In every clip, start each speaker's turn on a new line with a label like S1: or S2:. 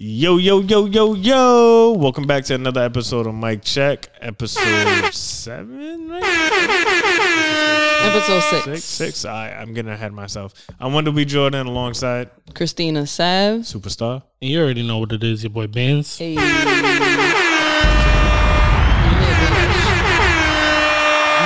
S1: Yo, yo, yo, yo, yo. Welcome back to another episode of Mike Check, episode seven, right?
S2: Episode six.
S1: Six, six. I, I'm getting ahead of myself. I'm Wonder B. Jordan alongside
S2: Christina Sav.
S1: Superstar.
S3: And You already know what it is, your boy Benz.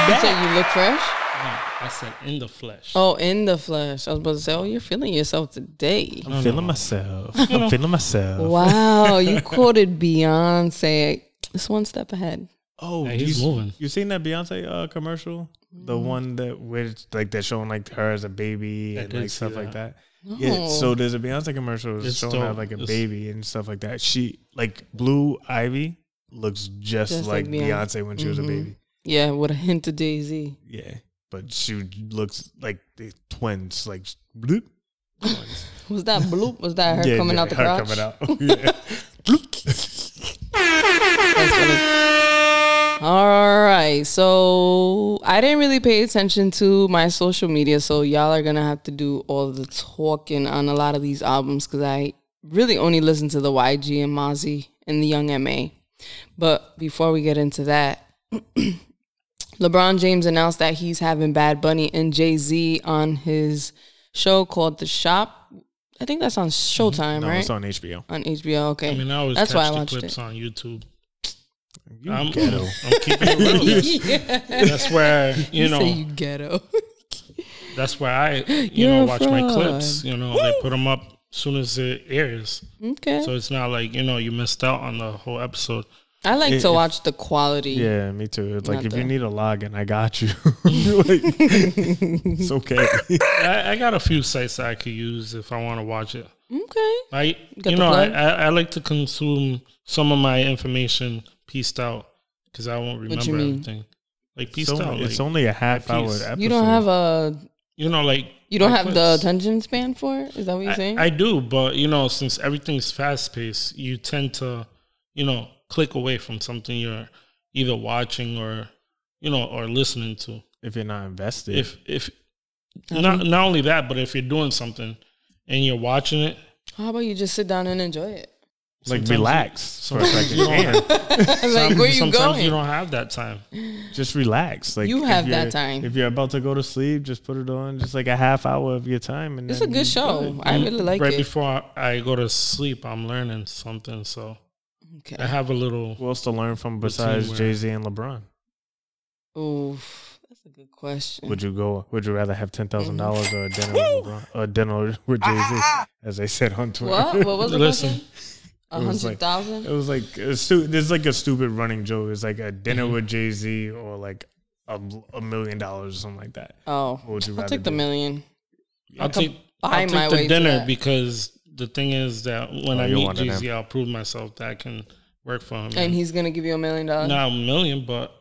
S2: Hey. You said you look fresh?
S3: I said in the flesh.
S2: Oh, in the flesh. I was about to say, oh, you're feeling yourself today.
S1: I'm feeling myself. I'm feeling myself.
S2: Wow, you quoted Beyonce. It's one step ahead.
S1: Oh,
S3: Hey, he's
S1: you,
S3: moving.
S1: You seen that Beyonce uh, commercial? The
S2: Mm.
S1: one that which like they're showing like her as a baby
S3: I
S1: and
S3: did
S1: like
S3: see
S1: stuff like that.
S3: that.
S1: Yeah.
S2: No.
S1: So there's a Beyonce commercial that's
S3: It's
S1: showing her
S3: dope.
S1: like a
S3: It's-
S1: baby and stuff like that. She like Blue Ivy looks just,
S2: Just
S1: like,
S2: like
S1: Beyonce. when she was a
S2: Mhm.
S1: baby.
S2: Yeah, with a hint of Daisy.
S1: Yeah, but she looks like the twins, like bloop. Twins.
S2: Was that bloop? Was that her
S1: Yeah,
S2: coming
S1: yeah,
S2: out the
S1: her
S2: crotch?
S1: coming out. yeah.
S2: That's funny. All right, so I didn't really pay attention to my social media, so y'all are gonna have to do all the talking on a lot of these albums because I really only listen to the YG and Mozzie and the Young MA. But before we get into that, LeBron James announced that he's having Bad Bunny and Jay Z on his show called The Shop. I think that's on
S3: Mm-hmm.
S2: Showtime,
S1: No,
S2: right?
S1: it's on HBO.
S2: on HBO. Okay,
S3: I mean, I always
S2: that's
S3: catch
S2: why I
S3: the
S2: watched
S3: clips
S2: it.
S3: on YouTube.
S1: You
S3: I'm,
S1: ghetto.
S3: I'm keeping it real. That's, that's where you
S2: Say
S3: know.
S2: you ghetto.
S3: That's where I you
S2: You're
S3: know
S2: a
S3: watch my
S2: fraud.
S3: clips. You know, they put them up as soon as it airs,
S2: Okay.
S3: so it's not like you know you missed out on the whole episode.
S2: I like
S1: It-
S2: to watch the quality.
S1: Yeah, me too. It's like
S2: Not
S1: if you
S2: the-
S1: need a login, I got you. Like, it's okay.
S3: I, I got a few sites that I could use if I want to watch it.
S2: Okay.
S3: I
S2: got
S3: you
S2: the
S3: know I,
S2: plug?
S3: I, I like to consume some of my information pieced out because I won't
S2: What you
S3: remember
S2: mean?
S3: everything. Like pieced
S1: it's,
S3: out,
S1: only,
S3: like,
S1: it's only a half
S3: at
S1: hour
S3: peace.
S1: episode.
S2: You don't have a
S3: you know, like
S2: you don't
S3: my
S2: have the
S3: clips.
S2: attention span for it? Is that what you're saying?
S3: I, I do, but you know, since everything's fast paced, you tend to, you know, click away from something you're either watching or, you know, or listening to.
S1: if you're not invested.
S3: If if not not only that, but if you're doing something and you're watching it,
S2: How about you just sit down and enjoy it?
S1: like
S3: sometimes-
S1: relax for a
S3: sometimes
S1: second.
S3: you don't-
S1: Yeah,
S2: like where you
S3: sometimes
S2: going?
S3: you don't have that time.
S1: just relax. Like
S2: You
S1: if
S2: have that
S1: you're-
S2: time.
S1: If you're about to go to sleep, just put it on. Just like a half hour of your time. And
S2: it's a
S1: then
S2: good
S1: you-
S2: show. I really like
S3: right
S2: it.
S3: before I, I go to sleep, I'm learning something, so I
S2: okay.
S3: have a little.
S1: Who else to learn from besides
S3: where-
S1: Jay Z and LeBron?
S2: Oof. That's a good question.
S1: Would you go? Would you rather have ten
S2: Mm-hmm.
S1: thousand dollars or a dinner with LeBron, or a dinner with Jay Z, as they said on Twitter?
S2: Ah, what? What was the
S3: Listen.
S2: question? A
S1: It was like-
S2: hundred thousand?
S1: It was like a stu- there's like a stupid running joke. It's like a dinner with Jay Z or like a, a million dollars or something like that.
S2: Oh.
S1: What would you
S2: I'll
S1: rather
S2: take the
S1: do?
S2: million.
S3: I'll take
S2: buy my
S3: I'll take
S2: way
S3: the
S2: to
S3: dinner
S2: that.
S3: because the thing is that
S1: Oh,
S3: when I
S1: you're
S3: meet
S1: one of
S3: Jay
S1: them.
S3: Z, I'll prove myself that I can work for him.
S2: And he's gonna give you a million dollars.
S3: not a million, but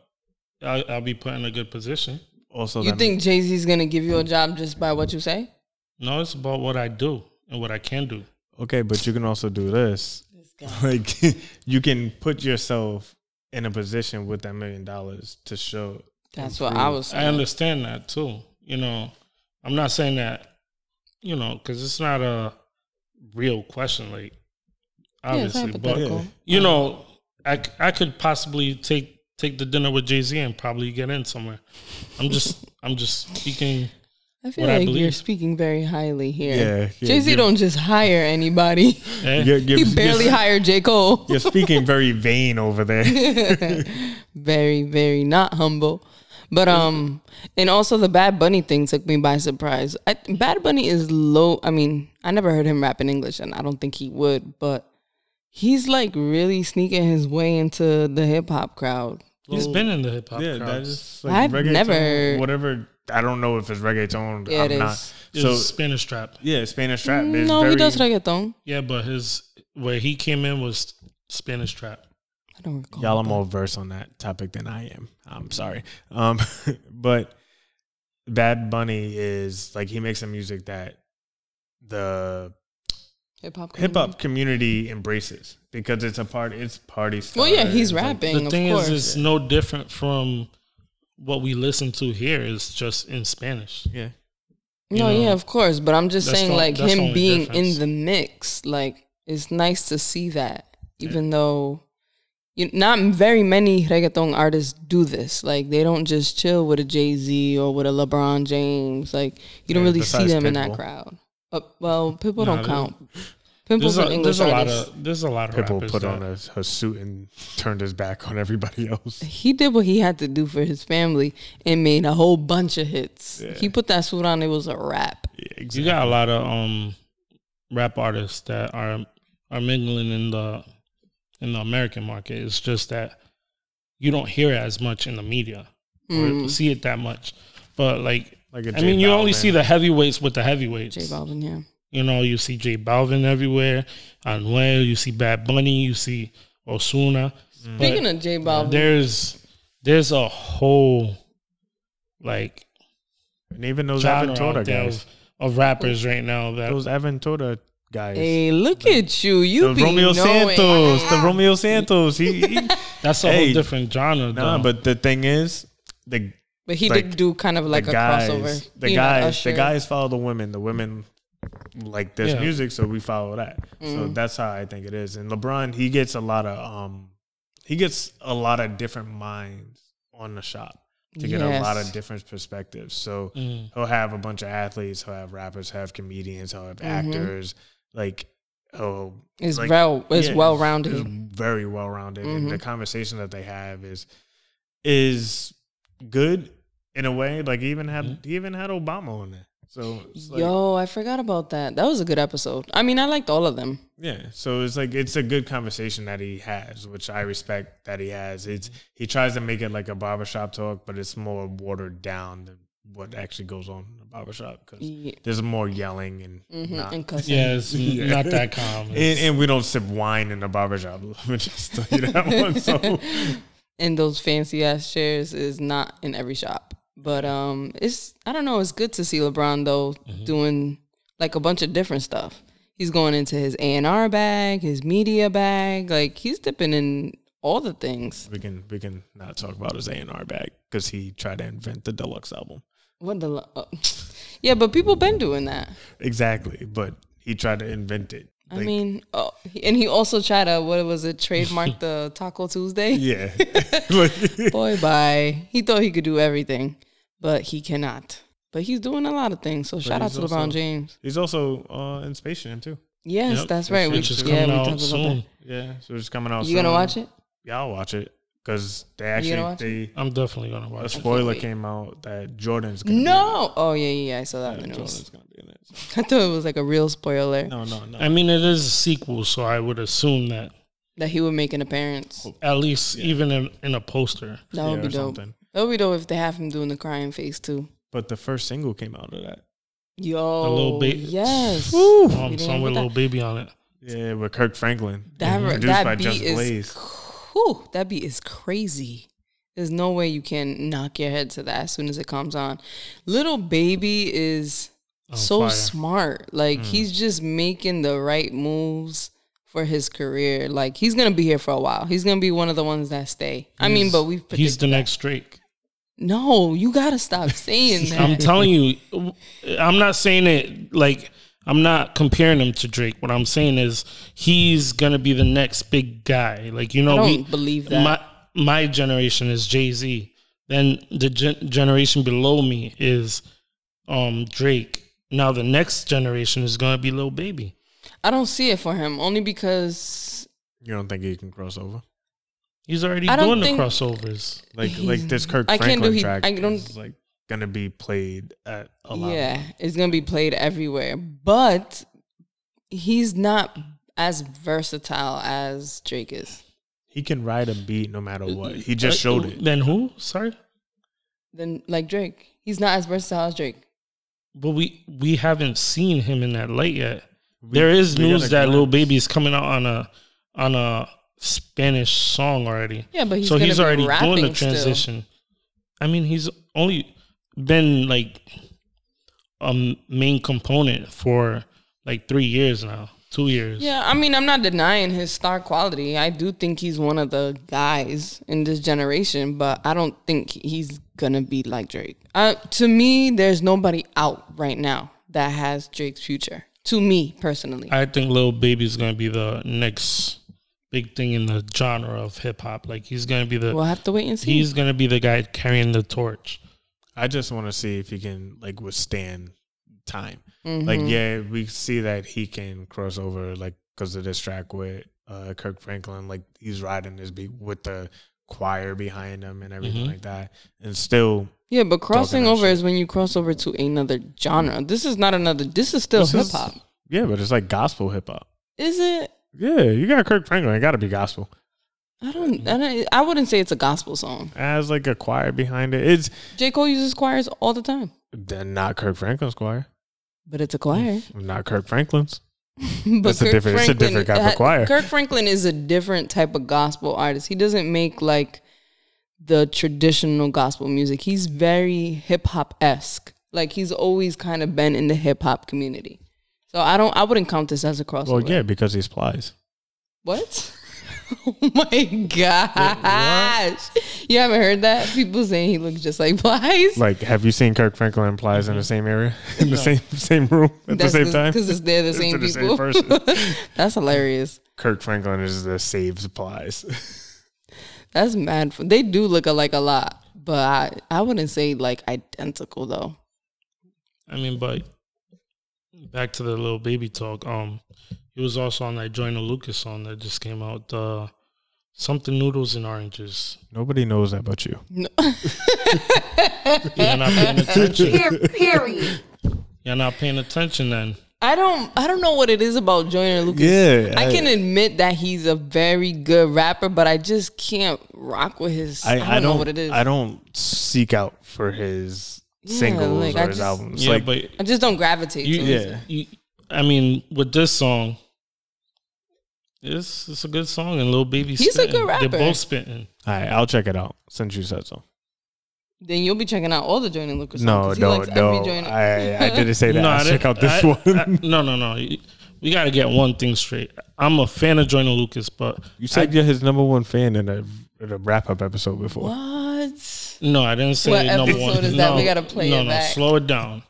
S3: I'll, I'll be put in a good position.
S1: Also,
S2: You
S1: that-
S2: think Jay Z's gonna give
S1: Mm.
S2: you a job just by what you say?
S3: No, it's about what I do and what I can do.
S1: okay, but you can also do this. Like you can put yourself in a position with that million dollars to show.
S2: That's what I was
S3: I
S2: saying.
S3: understand that too. You know, I'm not saying that, you know, because it's not a real question, like,
S2: Yeah, it's
S3: obviously. but,
S2: hypothetical.
S1: Yeah.
S3: you know, I, c- I could possibly take take the dinner with Jay Z and probably get in somewhere. I'm just, I'm just speaking.
S2: I feel
S3: what I
S2: like you're
S3: believe.
S2: speaking very highly here.
S1: Yeah, yeah,
S2: Jay Z
S1: you're-
S2: don't just hire anybody.
S3: eh?
S1: You're, you're,
S2: he barely
S1: you're,
S2: hired J Cole.
S1: you're speaking very vain over there.
S2: Very, very not humble. But um, and also the Bad Bunny thing took me by surprise. I, Bad Bunny is low. I mean, I never heard him rap in English, and I don't think he would. But he's like really sneaking his way into the hip hop crowd.
S3: He's been in the hip hop
S1: yeah,
S3: crowd.
S1: that's just like
S2: I've
S1: reggaeton,
S2: never-
S1: whatever. I don't know if it's reggaeton.
S2: Yeah,
S1: I'm
S2: it
S1: not.
S2: is.
S3: It's
S1: So
S3: Spanish trap.
S1: yeah, Spanish trap. is
S2: No,
S1: very,
S2: he does reggaeton.
S3: Yeah, but his where he came in was Spanish trap.
S2: I don't recall.
S1: Y'all are more versed on that topic than I am. I'm sorry. Um, but Bad Bunny is like he makes some music that the
S2: hip hop.
S1: hip hop community embraces because it's a part. It's party stuff.
S2: Well, yeah, he's
S1: It's like-
S2: rapping.
S3: the
S2: of
S3: thing
S2: course.
S3: is, it's no different from what we listen to here. It's just in Spanish.
S1: yeah,
S2: No,
S3: you
S2: yeah,
S3: know?
S2: of course, but I'm just
S3: That's
S2: saying,
S3: the-
S2: like
S3: that's the
S2: him
S3: only
S2: being
S3: difference.
S2: in the mix, like it's nice to see that, even though you, not very many reggaeton artists do this. Like they don't just chill with a Jay Z or with a LeBron James. Like you don't
S1: Yeah,
S2: really see
S1: besides
S2: them in that
S1: Pitbull.
S2: crowd. Uh, well, people
S3: Nah,
S2: don't
S3: they-
S2: count.
S3: There's
S2: Pimple's
S3: a,
S2: an English
S3: there's a lot
S2: artist.
S3: of there's a lot of
S1: Pitbull
S3: rappers
S1: put on
S3: that-
S1: a, a suit and turned his back on everybody else.
S2: he did what he had to do for his family and made a whole bunch of hits.
S1: Yeah.
S2: He put that suit on; it was a wrap.
S1: Yeah,
S3: You got a lot of um rap artists that are are mingling in the in the American market. It's just that you don't hear it as much in the media or
S2: Mm.
S3: see it that much. But like
S1: Like a
S3: I
S1: J
S3: mean, you only
S1: Balvin.
S3: see the heavyweights with the heavyweights.
S2: J Balvin, yeah.
S3: You know, you see J Balvin everywhere, Anuel, you see Bad Bunny, you see Osuna.
S2: Speaking of J Balvin,
S3: There's there's a whole like
S1: and even those
S3: genre out
S1: Aventura
S3: there
S1: guys,
S3: of, of rappers right now that
S1: those Aventura guys,
S2: hey, look at you! You
S1: the
S2: be
S1: Romeo
S2: knowing. Ah.
S1: Santos, the Romeo Santos. He, he
S3: that's a
S1: Hey.
S3: whole different genre.
S1: nah,
S3: though.
S1: but the thing is, the
S2: But he
S1: like,
S2: did do kind of like
S1: the
S2: a
S1: guys,
S2: crossover.
S1: the
S2: You know,
S1: guys,
S2: Usher.
S1: the guys follow the women. The women like this
S3: Yeah.
S1: music, so we follow that. So
S2: Mm.
S1: that's how I think it is. And LeBron, he gets a lot of um, he gets a lot of different minds on the shop to get a lot
S2: Yes.
S1: of different perspectives. So
S3: Mm.
S1: he'll have a bunch of athletes, he'll have rappers, he'll have comedians, he'll have
S2: Mm-hmm.
S1: actors. Like, oh,
S2: It's
S1: like,
S2: well, it's
S1: yeah,
S2: well rounded.
S1: it's very well rounded, and the conversation that they have is is good in a way. Like, he even had he even had Obama on there. So it's like,
S2: Yo, I forgot about that. That was a good episode. I mean, I liked all of them.
S1: yeah, so it's like it's a good conversation that he has, which I respect that he has. It's he tries to make it like a barbershop talk, but it's more watered down than what actually goes on in a barbershop because
S2: Yeah.
S1: there's more yelling and
S2: hmm
S1: not-
S2: And cussing.
S3: yeah, it's
S1: Yeah.
S3: not that calm.
S1: And, and we don't sip wine in the barbershop. Let me just tell you that one. So
S2: and those fancy ass chairs is not in every shop. But um, it's I don't know. It's good to see LeBron though doing like a bunch of different stuff. He's going into his A and R bag, his media bag. Like he's dipping in all the things.
S1: we can we can not talk about his A and R bag because he tried to invent the deluxe album.
S2: What the? lo- oh. yeah, but people been doing that.
S1: Exactly, but he tried to invent it.
S2: I
S1: Like,
S2: mean, oh, he- and he also tried to what was it? Trademark the Taco Tuesday.
S1: yeah, like,
S2: Boy, bye. He thought he could do everything, but he cannot. But he's doing a lot of things. So shout out
S1: he's
S2: to
S1: also-
S2: LeBron James.
S1: he's also uh, in Space Jam too.
S2: Yes,
S3: Yep,
S2: that's right. We-
S3: which is
S2: yeah,
S3: coming
S2: we
S3: out
S2: talked about
S3: soon.
S1: Yeah, so it's coming out.
S2: that. You gonna
S1: soon.
S2: watch it?
S1: Yeah, I'll watch it because they
S2: You gonna
S1: actually
S2: watch
S1: they
S3: I'm definitely gonna
S1: a
S3: watch. it.
S1: spoiler
S2: wait.
S1: came out that Jordan's gonna
S2: No. Oh yeah, yeah. yeah, I saw
S1: Be
S2: that
S1: in
S2: in
S1: it.
S2: the
S1: Yeah,
S2: news.
S1: Jordan's gonna be in it. So-
S2: I thought it was like a real spoiler
S1: No, no, no.
S3: I mean, it is a sequel, so I would assume that
S2: that he would make an appearance.
S3: at least even in, in a poster.
S2: That would
S1: Oh, Yeah,
S2: be
S1: or
S2: dope.
S1: something.
S2: That would be dope if they have him doing the crying face too.
S1: But the first single came out of that.
S2: Yo,
S3: Lil Ba-
S2: Oh, yes.
S3: Um,
S2: didn't
S3: song
S2: put
S3: with
S2: that-
S3: little baby on it.
S1: Yeah, with Kirk Franklin.
S2: That
S1: Mhm.
S2: re-
S1: produced
S2: that
S1: by
S2: beat
S1: Just
S2: is
S1: Blaze.
S2: Whew, that beat is crazy. There's no way you can knock your head to that as soon as it comes on. Little baby is so
S3: fire. Hmm.
S2: smart. Like he's just making the right moves for his career. Like he's gonna be here for a while. He's gonna be one of the ones that stay. I mean, but we've
S3: He's
S2: predicted.
S3: the next Drake.
S2: No, you gotta stop saying
S3: I'm
S2: that.
S3: telling you, I'm not saying it like I'm not comparing him to Drake. What I'm saying is he's gonna be the next big guy. Like you know,
S2: I don't
S3: we-
S2: believe that.
S3: My my generation is Jay Z. Then the gen- generation below me is um Drake. Now the next generation is gonna be Lil Baby.
S2: I don't see it for him only because
S1: You don't think he can cross over?
S3: He's already
S2: I don't
S3: doing the
S2: think-
S3: crossovers.
S1: Like like this Kirk
S2: I
S1: Franklin
S2: can't do he-
S1: track
S2: I don't-
S1: is like gonna be played at a lot.
S2: yeah, it's gonna be played everywhere. But he's not as versatile as Drake is.
S1: He can ride a beat no matter what. He just
S3: Uh,
S1: showed it.
S3: Then who? Sorry,
S2: Then like Drake, he's not as versatile as Drake.
S3: but we we haven't seen him in that light yet. there is
S1: we got
S3: news
S1: a
S3: that Lil
S1: glimpse.
S3: Baby is coming out on a on a Spanish song already.
S2: Yeah, but he's
S3: so
S2: gonna
S3: he's
S2: be
S3: already
S2: rapping
S3: doing the
S2: still.
S3: transition. I mean, he's only been like a m- main component for like three years now, two years.
S2: Yeah, I mean, I'm not denying his star quality. I do think he's one of the guys in this generation, but I don't think he's gonna be like Drake. Uh, to me, there's nobody out right now that has Drake's future. to me personally.
S3: I think Lil Baby's gonna be the next big thing in the genre of hip hop. Like he's gonna be the
S2: we'll have to wait and see.
S3: he's gonna be the guy carrying the torch.
S1: I just want to see if he can like withstand time. Like,
S2: Mm-hmm.
S1: yeah, we see that he can cross over, like, because of this track with uh, Kirk Franklin. Like, he's riding this beat with the choir behind him and everything
S3: Mhm.
S1: like that, and still
S2: yeah, but crossing
S1: that
S2: over
S1: shit.
S2: is when you cross over to another genre. This is not another. This is still
S1: This
S2: hip
S1: is-
S2: hop.
S1: Yeah, but it's like gospel hip hop.
S2: Is it?
S1: Yeah, you got Kirk Franklin. It got to be gospel.
S2: I don't, I don't. I wouldn't say it's a gospel song.
S1: As like a choir behind it. It's
S2: J Cole uses choirs all the time,
S1: they're not Kirk Franklin's choir.
S2: but it's a choir.
S1: Not Kirk Franklin's.
S2: but
S1: Mm. That's a different- it's a different type of
S2: ha-
S1: choir.
S2: Kirk Franklin is a different type of gospel artist. He doesn't make like the traditional gospel music. He's very hip hop esque. Like he's always kind of been in the hip hop community. So I don't. I wouldn't count this as a crossover.
S1: Well, yeah, because he's plies.
S2: What? Oh my gosh! You haven't heard that? People saying he looks just like Blythe.
S1: Like, have you seen Kirk Franklin and plies in the same area, in the same same room at the same time?
S2: because it's they're Mm-hmm. the same
S1: They're the same
S2: people.
S1: person.
S2: That's hilarious.
S1: Kirk Franklin is the saves plies.
S2: That's mad. Fun. They do look alike a lot, but I, I wouldn't say like identical though.
S3: I mean, but back to the little baby talk. Um, he was also on that Joyner Lucas song that just came out. Uh, something noodles and oranges.
S1: Nobody knows that but you.
S2: No.
S3: You're not paying attention.
S4: Per- period.
S3: You're not paying attention. Then
S2: I don't I don't know what it is about Joyner Lucas.
S1: Yeah,
S2: I,
S1: I-
S2: can admit that he's a very good rapper, but I just can't rock with his. I, don't, know what it is.
S1: I don't seek out for his
S2: Yeah,
S1: singles
S2: like,
S1: or
S2: I
S1: his
S2: just-
S1: albums.
S3: yeah,
S1: like,
S3: but
S2: I just don't gravitate
S3: you,
S2: to it.
S1: yeah.
S3: you, I mean, with this song, it's it's a good song, and Lil Baby.
S2: He's a good rapper.
S3: They're both spitting.
S1: all right, I'll check it out since you said so.
S2: Then you'll be checking out all the Joyner Lucas.
S1: No,
S2: songs, 'cause he
S1: no,
S2: likes every
S1: no.
S2: Joyner-
S1: I, I didn't say that.
S3: I
S1: I'll check
S3: didn't-
S1: out this
S3: I-
S1: one.
S3: I- no, no, no. We got to get one thing straight. I'm a fan of Joyner Lucas, but
S1: You said you're his number one fan in a, in a wrap up episode before.
S2: What?
S3: No, I didn't say
S2: What
S3: number
S2: episode
S3: one.
S2: is that?
S3: No,
S2: We gotta play
S3: No,
S2: it
S3: no,
S2: back.
S3: slow it down.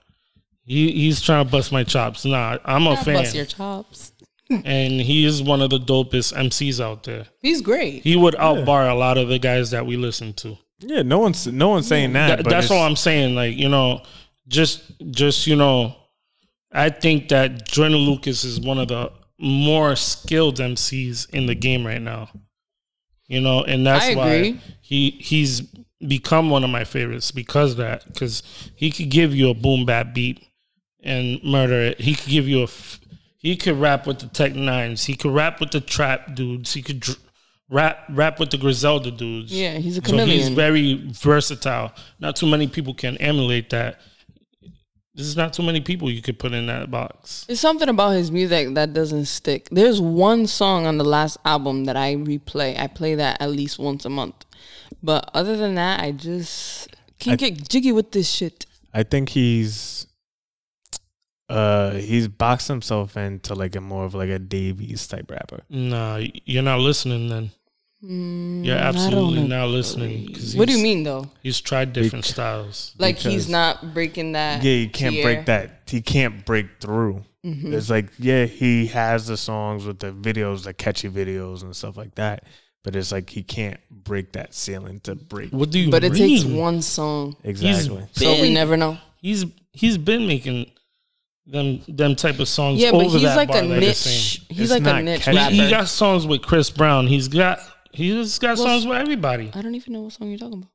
S3: He he's trying to bust my chops. Nah, I'm a fan,
S2: Bust your chops.
S3: and he is one of the dopest MCs out there.
S2: He's great.
S3: He would outbar a lot of the guys that we listen to.
S1: Yeah, no one's no one's saying that.
S3: That-
S1: but
S3: that's
S1: it's-
S3: all I'm saying. Like you know, just just you know, I think that Jordan Lucas is one of the more skilled MCs in the game right now. You know, and that's
S2: I agree.
S3: why he he's become one of my favorites because of that because he could give you a boom bap beat and murder it. He could give you a f- he could rap with the Tech Nines. He could rap with the Trap dudes. He could dr- rap rap with the Griselda dudes.
S2: Yeah, he's a
S3: So he's
S2: chameleon.
S3: very versatile. Not too many people can emulate that. There's not too many people you could put in that box.
S2: There's something about his music that doesn't stick. There's one song on the last album that I replay. I play that at least once a month. But other than that, I just can't get jiggy with this shit.
S1: I think he's uh he's boxed himself into like a more of like a Davies type rapper.
S3: Nah, you're not listening then.
S2: Mm,
S3: you're absolutely not listening. 'cause
S2: What do you
S3: he's-
S2: mean though?
S3: He's tried different styles.
S2: Like he's
S1: Because-
S2: not breaking that.
S1: Yeah, you can't
S2: tier.
S1: break that. He can't break through.
S2: Mm-hmm.
S1: It's like yeah, he has the songs with the videos, the catchy videos and stuff like that. But it's like he can't break that ceiling to break.
S3: What do you
S2: But it takes
S3: mean?
S2: one song.
S3: He's
S1: Exactly.
S3: so
S2: we never know.
S3: he's he's been making them them type of songs.
S2: Yeah, but
S3: over
S2: he's
S3: that
S2: like
S3: bar
S2: a
S3: that you're
S2: niche.
S3: saying.
S1: It's
S2: He's like a
S1: not
S2: niche
S1: catchy.
S2: rapper.
S3: He, he got songs with Chris Brown. He's got he's got
S2: Well,
S3: songs with everybody.
S2: I don't even know what song you're talking about.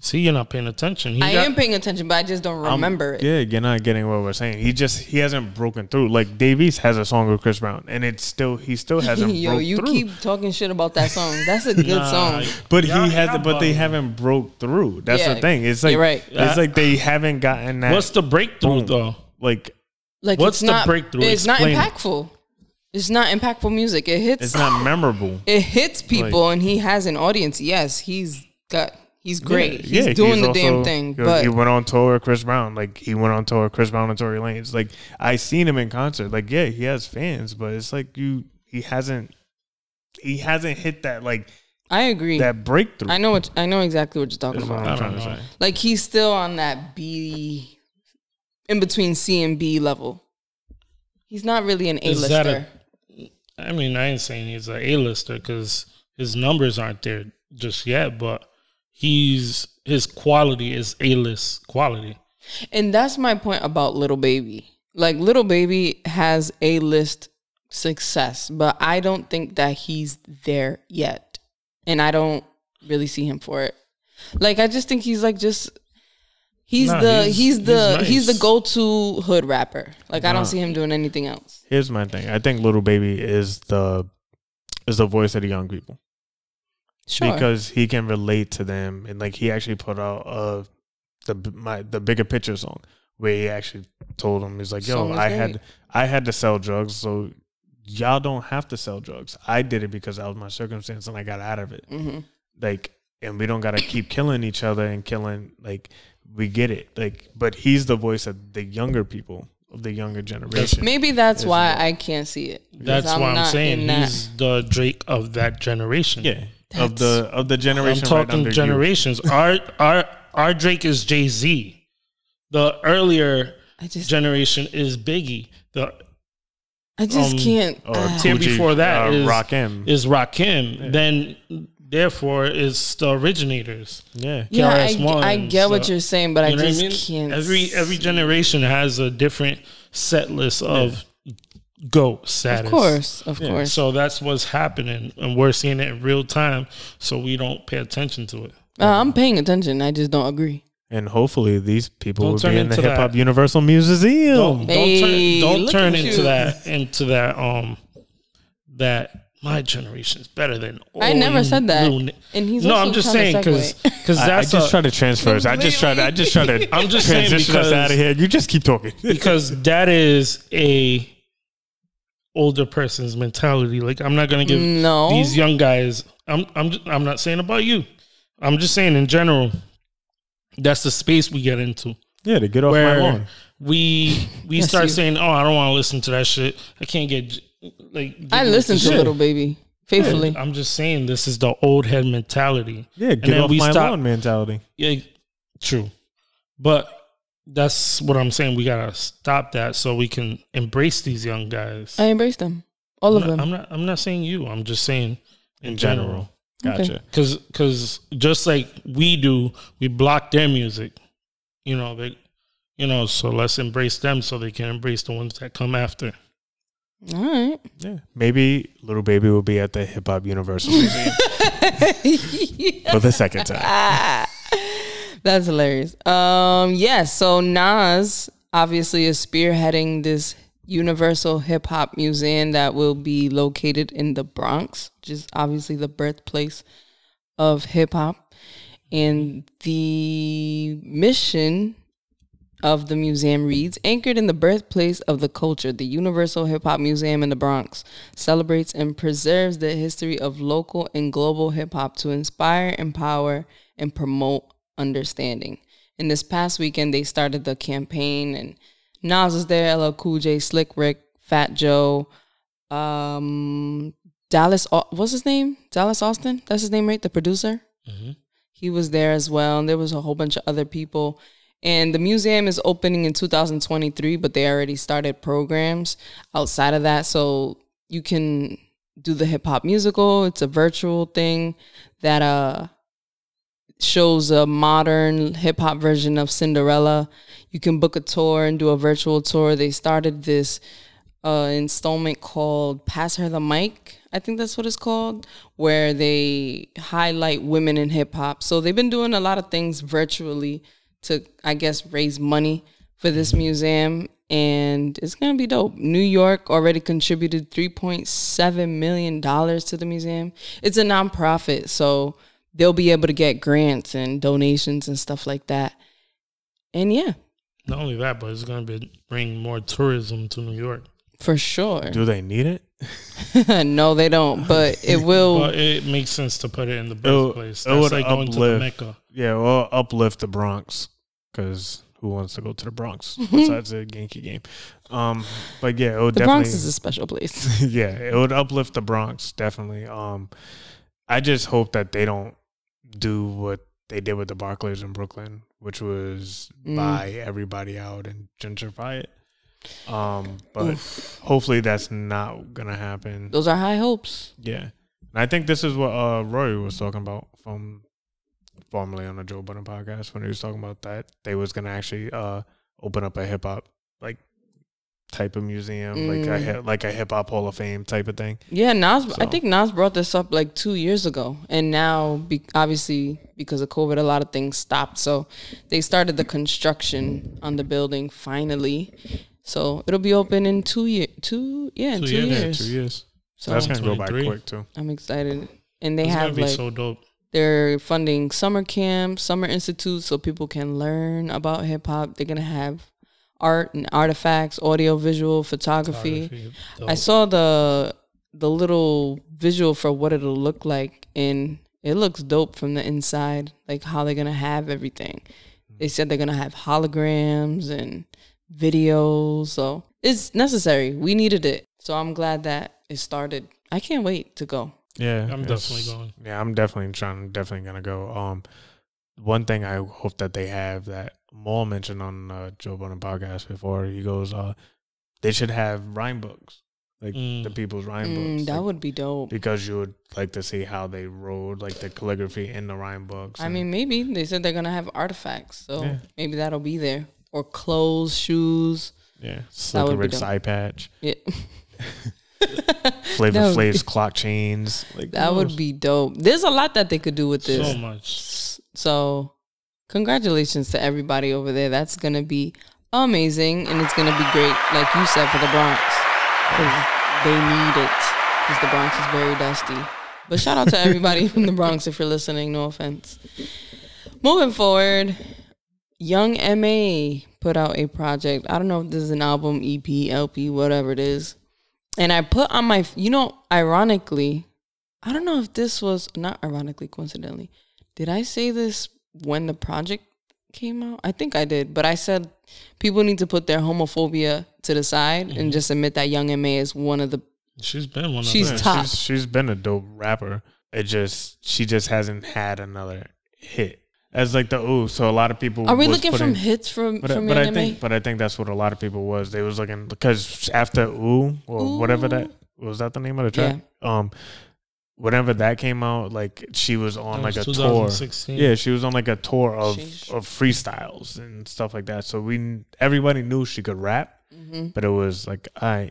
S3: See, you're not paying attention. He
S2: I
S3: got-
S2: am paying attention, but I just don't
S1: I'm-
S2: remember it.
S1: Yeah, you're not getting what we're saying. He just he hasn't broken through. Like Davies has a song with Chris Brown, and it's still he still hasn't.
S2: Yo,
S1: broke
S2: you
S1: through.
S2: keep talking shit about that song. That's a good song.
S1: But
S3: Y'all- um,
S1: he
S3: y'all
S1: hasn't. But they
S3: bugging.
S1: haven't broke through. That's
S2: Yeah,
S1: the thing. It's like
S2: you're right.
S1: It's like they haven't gotten that.
S3: What's the breakthrough
S1: Boom.
S3: though?
S1: like
S2: Like
S3: What's
S2: it's
S3: the
S2: not,
S3: breakthrough?
S2: It's not
S3: Explain it.
S2: impactful. It's not impactful music. It hits.
S1: it's not memorable.
S2: it hits people, and he has an audience. Yes, he's got. He's great. he's doing the damn
S1: also-
S2: thing.
S1: he-
S2: But
S1: he went on tour with Chris Brown. Like he went on tour with Chris Brown and Tory Lanez. Like I seen him in concert. Like yeah, he has fans, but it's like you he hasn't he hasn't hit that like
S2: I agree.
S1: that breakthrough.
S2: I know what I know exactly what you're talking
S1: That's
S2: about.
S1: what
S3: I
S1: I'm trying
S3: don't
S1: to
S3: know.
S1: say.
S2: Like he's still on that B, in between C and B level. He's not really an
S3: Is that a-
S2: A-lister.
S3: I mean, I ain't saying he's an A-lister because his numbers aren't there just yet, but he's his quality is A-list quality.
S2: and that's my point about Little Baby. Like Little Baby has A-list success, but I don't think that he's there yet. And I don't really see him for it. Like I just think he's like just he's
S3: Nah,
S2: the
S3: he's-
S2: he's, the
S3: he's
S2: he's,
S3: nice.
S2: the go-to hood rapper. Like I
S1: Nah.
S2: don't see him doing anything else.
S1: Here's my thing. I think Little Baby is the is the voice of the young people
S2: Sure.
S1: because he can relate to them and like he actually put out uh the b- my the bigger picture song where he actually told him he's like,
S2: Song
S1: "Yo,
S2: was
S1: I
S2: great.
S1: had I had to sell drugs, so y'all don't have to sell drugs. I did it because that was my circumstance and I got out of it."
S2: hmm
S1: like and we don't gotta keep killing each other and killing like we get it like but he's the voice of the younger people of the younger generation
S2: Maybe that's
S1: Isn't
S2: why
S1: it?
S2: I can't see it. 'Cause
S3: That's why I'm
S2: not
S3: saying
S2: in that.
S3: he's the Drake of that generation.
S1: yeah of the of the
S3: I'm
S1: generation right
S3: talking
S1: under you.
S3: generations. our our our Drake is Jay Z. The earlier
S2: I just
S3: generation is Biggie. The
S2: I just
S3: um,
S2: can't.
S1: or
S2: ah.
S3: tier
S1: Coogee,
S3: before that
S1: uh,
S3: is-
S1: Rakim.
S3: is Rakim. Then therefore is the originators.
S1: yeah
S2: yeah, I,
S3: KRS-One,
S2: I get what
S3: so-
S2: you're saying, but
S3: You know
S2: I
S3: what
S2: just
S3: I mean?
S2: can't.
S3: Every every generation has a different set list of GOAT status.
S2: of course, of course.
S3: So that's what's happening, and we're seeing it in real time. So we don't pay attention to it.
S2: Uh, I'm paying attention. I just don't agree.
S1: and hopefully these people
S3: Don't
S1: will
S3: turn
S1: be in the
S3: into
S1: hip hop
S3: that.
S1: universal museum
S3: Don't, don't
S2: Hey,
S3: turn, don't
S2: look
S3: turn
S2: at
S3: into
S2: you.
S3: that into that um that my generation's better than.
S2: I
S3: all
S2: never
S3: you
S2: said that.
S3: little ni-"
S2: And he's
S3: no,
S2: also
S3: I'm just
S2: trying
S3: saying
S2: to
S3: because
S2: segue.
S3: because
S1: I, I
S3: that's
S1: just
S3: a-
S1: try to transfer us. I just try to. I just try to.
S3: I'm just saying
S1: transition us
S3: because-
S1: out of here. You just keep talking.
S3: because that is a older person's mentality. Like I'm not gonna give
S2: No.
S3: these young guys. I'm I'm ju- I'm not saying about you. I'm just saying in general. That's the space we get into
S1: yeah, to get off my
S3: where
S1: lawn.
S3: we we
S2: Yes,
S3: start
S2: you-
S3: saying, "Oh, I don't want to listen to that shit. I can't get j- like."
S2: I listen to
S3: Shit.
S2: Little Baby faithfully.
S3: I'm just saying this is the old head mentality.
S1: Yeah,
S3: And
S1: get
S3: then
S1: off
S3: we
S1: my
S3: stop-
S1: lawn mentality.
S3: Yeah, true. But that's what I'm saying. We gotta stop that so we can embrace these young guys.
S2: I embrace them, all of
S3: I'm not,
S2: them.
S3: I'm not. I'm not saying you. I'm just saying in
S1: In
S3: general.
S1: general.
S2: Okay.
S1: Gotcha.
S3: Because because just like we do, we block their music. You know they. You know, so let's embrace them so they can embrace the ones that come after.
S2: all right.
S1: Yeah, maybe little baby will be at the hip hop universal museum for the second time.
S2: That's hilarious. Um, yes. so Nas obviously is spearheading this Universal Hip Hop Museum that will be located in the Bronx, which is obviously the birthplace of hip hop. And the mission of the museum reads Anchored in the birthplace of the culture, the Universal Hip Hop Museum in the Bronx celebrates and preserves the history of local and global hip hop to inspire, empower, and promote understanding. And this past weekend, they started the campaign, and Nas was there, LL Cool J, Slick Rick, Fat Joe, um, Dallas, Au- what's his name? Dallas Austin? That's his name, right? The producer? he was there as well and there was a whole bunch of other people and the museum is opening in 2023 but they already started programs outside of that so you can do the hip hop musical it's a virtual thing that uh shows a modern hip hop version of Cinderella you can book a tour and do a virtual tour they started this uh, installment called Pass Her the Mic. I think that's what it's called, where they highlight women in hip hop. So they've been doing a lot of things virtually to, I guess, raise money for this museum. And it's going to be dope. New York already contributed $3.7 million to the museum. It's a nonprofit, so they'll be able to get grants and donations and stuff like that. And yeah,
S3: Not only that, but it's going to be bring more tourism to New York.
S2: for sure.
S1: Do they need it?
S2: no, they don't, but it will.
S3: But it makes sense to put it in the
S1: It'll-
S3: birthplace.
S1: it
S3: That's
S1: would
S3: like going to the
S1: oh, uplift.
S3: Mecca.
S1: Yeah, well, uplift the Bronx because who wants to go to the Bronx besides a Yankee game? Um, but yeah, it would
S2: The
S1: definitely.
S2: Bronx is a special place.
S1: yeah, it would uplift the Bronx definitely. Um, I just hope that they don't do what they did with the Barclays in Brooklyn, which was
S2: Mm.
S1: buy everybody out and gentrify it. Um, but hopefully that's not gonna happen.
S2: Those are high hopes.
S1: Yeah, and I think this is what uh Rory was talking about from formerly on the Joe Budden podcast when he was talking about that they was gonna actually uh open up a hip hop like type of museum, like a
S2: Mm.
S1: hi- like a hip hop Hall of Fame type of thing.
S2: Yeah, Nas. I
S1: So-
S2: think Nas brought this up like two years ago, and now be, obviously because of COVID, a lot of things stopped. So they started the construction on the building finally. So it'll be open in two year, two yeah, in two,
S3: Two
S1: Yeah,
S3: years.
S2: years.
S1: two years.
S2: So
S1: that's gonna go by
S3: 23.
S1: quick too.
S2: I'm excited, and they
S3: It's gonna
S2: have
S3: be
S2: like
S3: so dope.
S2: they're funding summer camps, summer institutes, so people can learn about hip hop. They're gonna have art and artifacts, audio, visual, photography. I saw the the little visual for what it'll look like, and it looks dope from the inside. Like how they're gonna have everything.
S1: Mm.
S2: They said they're gonna have holograms and videos, so it's necessary. We needed it, so I'm glad that it started. I can't wait to go.
S1: Yeah,
S3: I'm
S1: it's-
S3: definitely going.
S1: Yeah, I'm definitely trying. Definitely gonna go. Um, one thing I hope that they have that Maul mentioned on uh, Joe Budden podcast before he goes, uh, they should have rhyme books, like
S3: Mm.
S1: the people's rhyme
S2: Mm,
S1: books,
S2: that
S1: like,
S2: would be dope.
S1: because you would like to see how they wrote, like the calligraphy in the rhyme books.
S2: I
S1: and-
S2: mean, maybe they said they're gonna have artifacts, so
S1: Yeah.
S2: maybe that'll be there or clothes, shoes.
S1: yeah, Slick
S2: would be
S1: Rick's
S2: dope.
S1: eye patch,
S2: Yeah.
S1: Flavor
S2: That would
S1: Flav's clock chains, like
S2: That would be dope. There's a lot that they could do with
S3: so
S2: this.
S3: much.
S2: So, congratulations to everybody over there. That's going to be amazing. And it's going to be great, like you said, for the Bronx. 'Cause they need it. Because the Bronx is very dusty. But shout out to everybody from the Bronx if you're listening. No offense. Moving forward, Young MA put out a project. I don't know if this is an album, E EP, LP, whatever it is. And I put on my, you know, ironically, I don't know if this was not ironically, coincidentally. Did I say this when the project came out? I think I did, but I said people need to put their homophobia to the side
S1: Mm-hmm.
S2: and just admit that Young MA is one of the.
S3: She's been one of
S2: She's
S3: the
S1: Yeah,
S2: top.
S1: She's, she's been a dope rapper. It just she just hasn't had another hit. As like the ooh, so a lot of people
S2: Are we
S1: was
S2: looking
S1: putting-
S2: from hits from
S1: But, I-
S2: from
S1: but I
S2: Young MA?
S1: think but I think that's what a lot of people was. They was looking because after ooh or whatever that was that the name of the track. Um, whenever that came out, like she was on
S3: That
S1: like
S3: was
S1: a tour.
S3: 2016.
S1: Yeah, she was on like a tour of
S2: Sheesh.
S1: of freestyles and stuff like that. So we everybody knew she could rap
S2: Mhm.
S1: but it was like I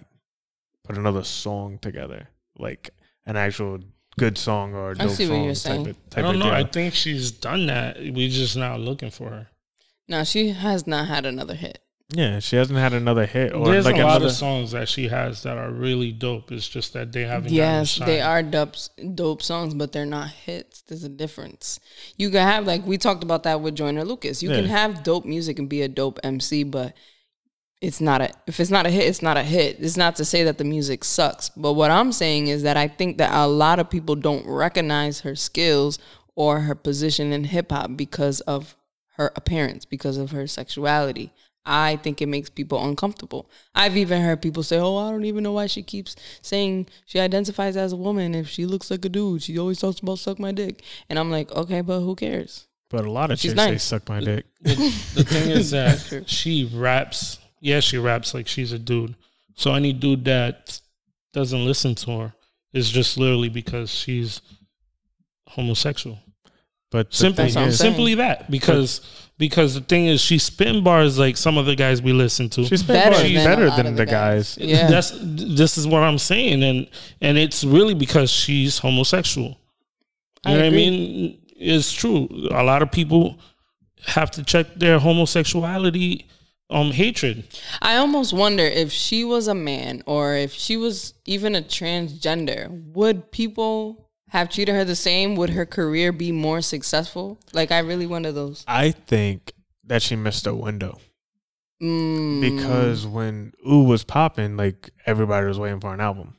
S1: put another song together, like an actual good song or a
S2: I
S1: dope
S2: see what
S1: song
S2: you're saying.
S1: type of type
S3: I don't
S1: of
S3: know.
S1: deal.
S3: I think she's done that. We just now looking for her.
S2: No, she has not had another hit.
S1: yeah, she hasn't had another hit or
S3: There's
S1: like
S3: a lot
S1: another.
S3: of songs that she has that are really dope. It's just that they haven't.
S2: Yes,
S3: gotten
S2: they
S3: shine.
S2: are dubs, dope songs, but they're not hits. There's a difference. You can have like we talked about that with Joyner Lucas. You can
S1: Yeah.
S2: have dope music and be a dope MC, but it's not a if it's not a hit, it's not a hit. It's not to say that the music sucks, but what I'm saying is that I think that a lot of people don't recognize her skills or her position in hip hop because of her appearance, because of her sexuality. I think it makes people uncomfortable. I've even heard people say, "Oh, I don't even know why she keeps saying she identifies as a woman if she looks like a dude. She always talks about suck my dick." And I'm like, "Okay, but who cares?"
S1: but a lot of
S2: She's
S1: chicks say
S2: nice.
S1: suck my dick.
S3: The thing is that she raps. Yeah, she raps like she's a dude. So any dude that doesn't listen to her is just literally because she's homosexual.
S1: But the
S3: Simply,
S2: That's what
S1: thing
S2: I'm
S1: is,
S2: saying.
S3: simply that because because the thing is she's spitting bars like some of the guys we listen to.
S1: she's better,
S2: Better
S1: better than,
S2: than a lot of
S1: the
S2: the
S1: guys.
S2: guys. Yeah.
S3: That's this is what I'm saying, and and it's really because she's homosexual.
S2: I
S3: You know what I
S2: agree.
S3: mean? It's true. A lot of people have to check their homosexuality um hatred.
S2: I almost wonder if she was a man or if she was even a transgender, would people have treated her the same? Would her career be more successful? Like, I really wonder those.
S1: I think that she missed a window
S2: Mm,
S1: because when Ooh was popping, like everybody was waiting for an album.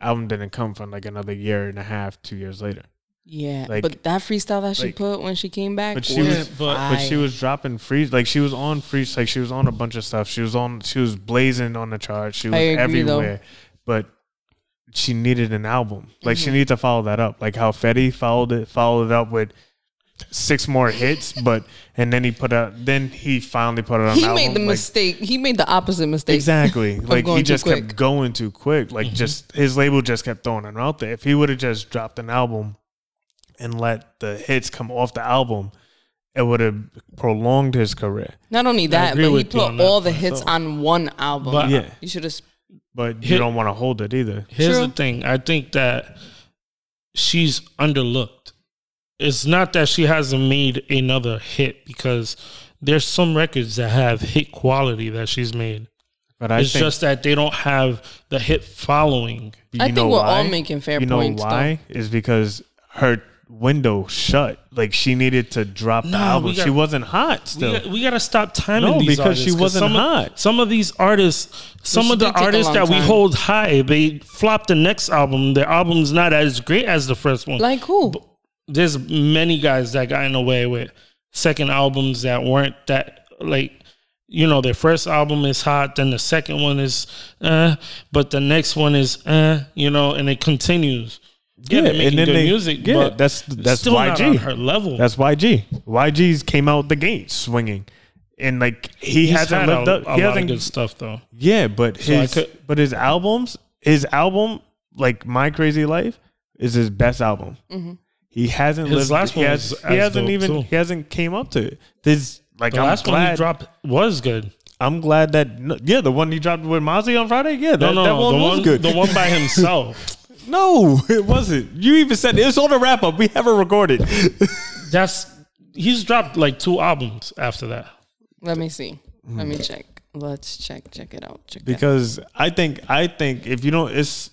S1: Album didn't come for like another year and a half, two years later.
S2: yeah,
S1: like-
S2: but that freestyle that she
S1: like-
S2: put when she came back,
S1: But she
S2: was
S1: was, but, but she
S2: fire.
S1: was dropping free, like she was on free, like she was on a bunch of stuff. She was on, she was blazing on the chart. She was
S2: I agree, though.
S1: everywhere, but
S2: Mm-hmm.
S1: she needed an album. Like she needed to follow that up, like how Fetty followed it, followed it up with six more hits, but and then he put out then he finally put out an
S2: He
S1: album.
S2: made the
S1: like,
S2: mistake. He made the opposite mistake.
S1: Exactly. like
S2: going
S1: he
S2: too
S1: just kept
S2: quick. Mm-hmm.
S1: going too quick. Like just his label just kept throwing him out there. If he would have just dropped an album and let the hits come off the album, it would have prolonged his career.
S2: Not only that,
S3: agree
S2: but he
S3: with you
S2: put
S3: on that
S2: all the
S3: front,
S2: hits
S1: though.
S2: on one album.
S3: But-
S1: Yeah.
S2: you should have.
S1: Uh, But you
S3: Hit-
S1: don't want to hold it either.
S3: Here's
S2: True.
S3: the thing. I think that she's underlooked. It's not that she hasn't made another hit because there's some records that have hit quality that she's made.
S1: But I
S3: it's
S1: think
S3: just that they don't have the hit following.
S1: you
S2: I
S1: know
S2: think we're
S1: why?
S2: all making fair
S1: You know
S2: points.
S1: why? Is because her window shut. Like she needed to drop the
S3: No, we
S1: album.
S3: got-
S1: she wasn't hot
S3: We,
S1: still.
S3: got, we gotta stop timing
S1: No,
S3: these
S1: because she
S3: artists, 'cause
S1: wasn't
S3: some
S1: hot.
S3: Of, some of these artists, some
S2: she
S3: of the
S2: did take a
S3: artists
S2: long
S3: that we
S2: time.
S3: hold high, they flop the next album. Their album's not as great as the first one.
S2: though. Like who?
S3: there's many guys that got in away with second albums that weren't that like you know their first album is hot then the second one is uh but the next one is uh you know and it continues yeah, they're making good music
S1: yeah,
S3: but
S1: that's that's
S3: still
S1: YG.
S3: not on her level
S1: That's YG. YG's came out the gate swinging, and like he
S3: He's
S1: hasn't
S3: had
S1: lived
S3: a,
S1: up.
S3: a
S1: he
S3: lot of
S1: hasn't.
S3: good stuff though
S1: Yeah, but
S3: I
S1: his
S3: could-
S1: but his albums, his album like My Crazy Life is his best album. He hasn't
S3: His
S1: lived.
S3: last
S1: he,
S3: one
S1: has,
S3: was
S1: he
S3: as
S1: hasn't
S3: dope,
S1: even
S3: too.
S1: he hasn't came up to it. This like
S3: the
S1: I'm
S3: last
S1: glad
S3: one he dropped was good
S1: I'm glad that no- yeah the one he dropped with Mozzie on Friday yeah that,
S3: no no
S1: that
S3: no,
S1: one
S3: the
S1: was
S3: one
S1: good
S3: the one by himself
S1: no it wasn't you even said it's on the wrap up we haven't recorded
S3: that's he's dropped like two albums after that
S2: Let me see. Let me check. Let's check. Check it out. Check it out.
S1: because I think I think if you don't, it's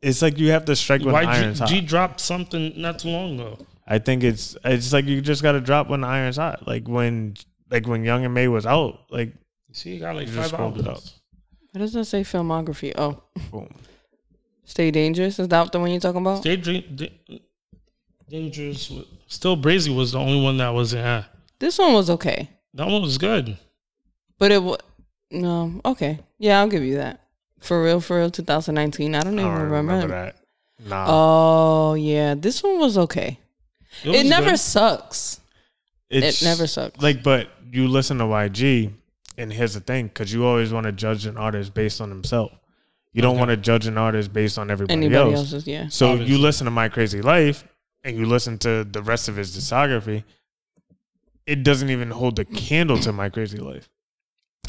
S1: it's like you have to strike when
S3: why
S1: iron's
S3: G,
S1: hot.
S3: G dropped something not too long ago
S1: I think it's it's like you just got to drop when the iron's hot. Like when like when Young and May was out, like
S3: see he got like
S1: You just
S3: five
S1: scrolled it
S3: albums
S1: up.
S2: What does that say? Filmography. Oh,
S1: boom.
S2: Stay Dangerous. Is that the one you're talking about?
S3: They dream, they, dangerous. wa- Still, Brazy was the only one that was in. Uh,
S2: This one was okay,
S3: that one was good.
S2: but it was no. Okay. Yeah, I'll give you that. For real, for real. 2019. I don't
S1: I
S2: even
S1: don't remember,
S2: Mm, remember.
S1: that. Nah,
S2: Oh yeah, this one was okay. It,
S3: was
S2: never
S3: good.
S2: sucks.
S1: it's,
S2: it never sucks.
S1: Like, but you listen to YG, and here's the thing: because you always want to judge an artist based on himself. You don't want to judge an artist based on everybody
S2: Anybody
S1: else.
S2: else's? Yeah.
S1: So
S3: Obviously.
S1: you listen to My Crazy Life and you listen to the rest of his discography, it doesn't even hold a candle to My Crazy Life.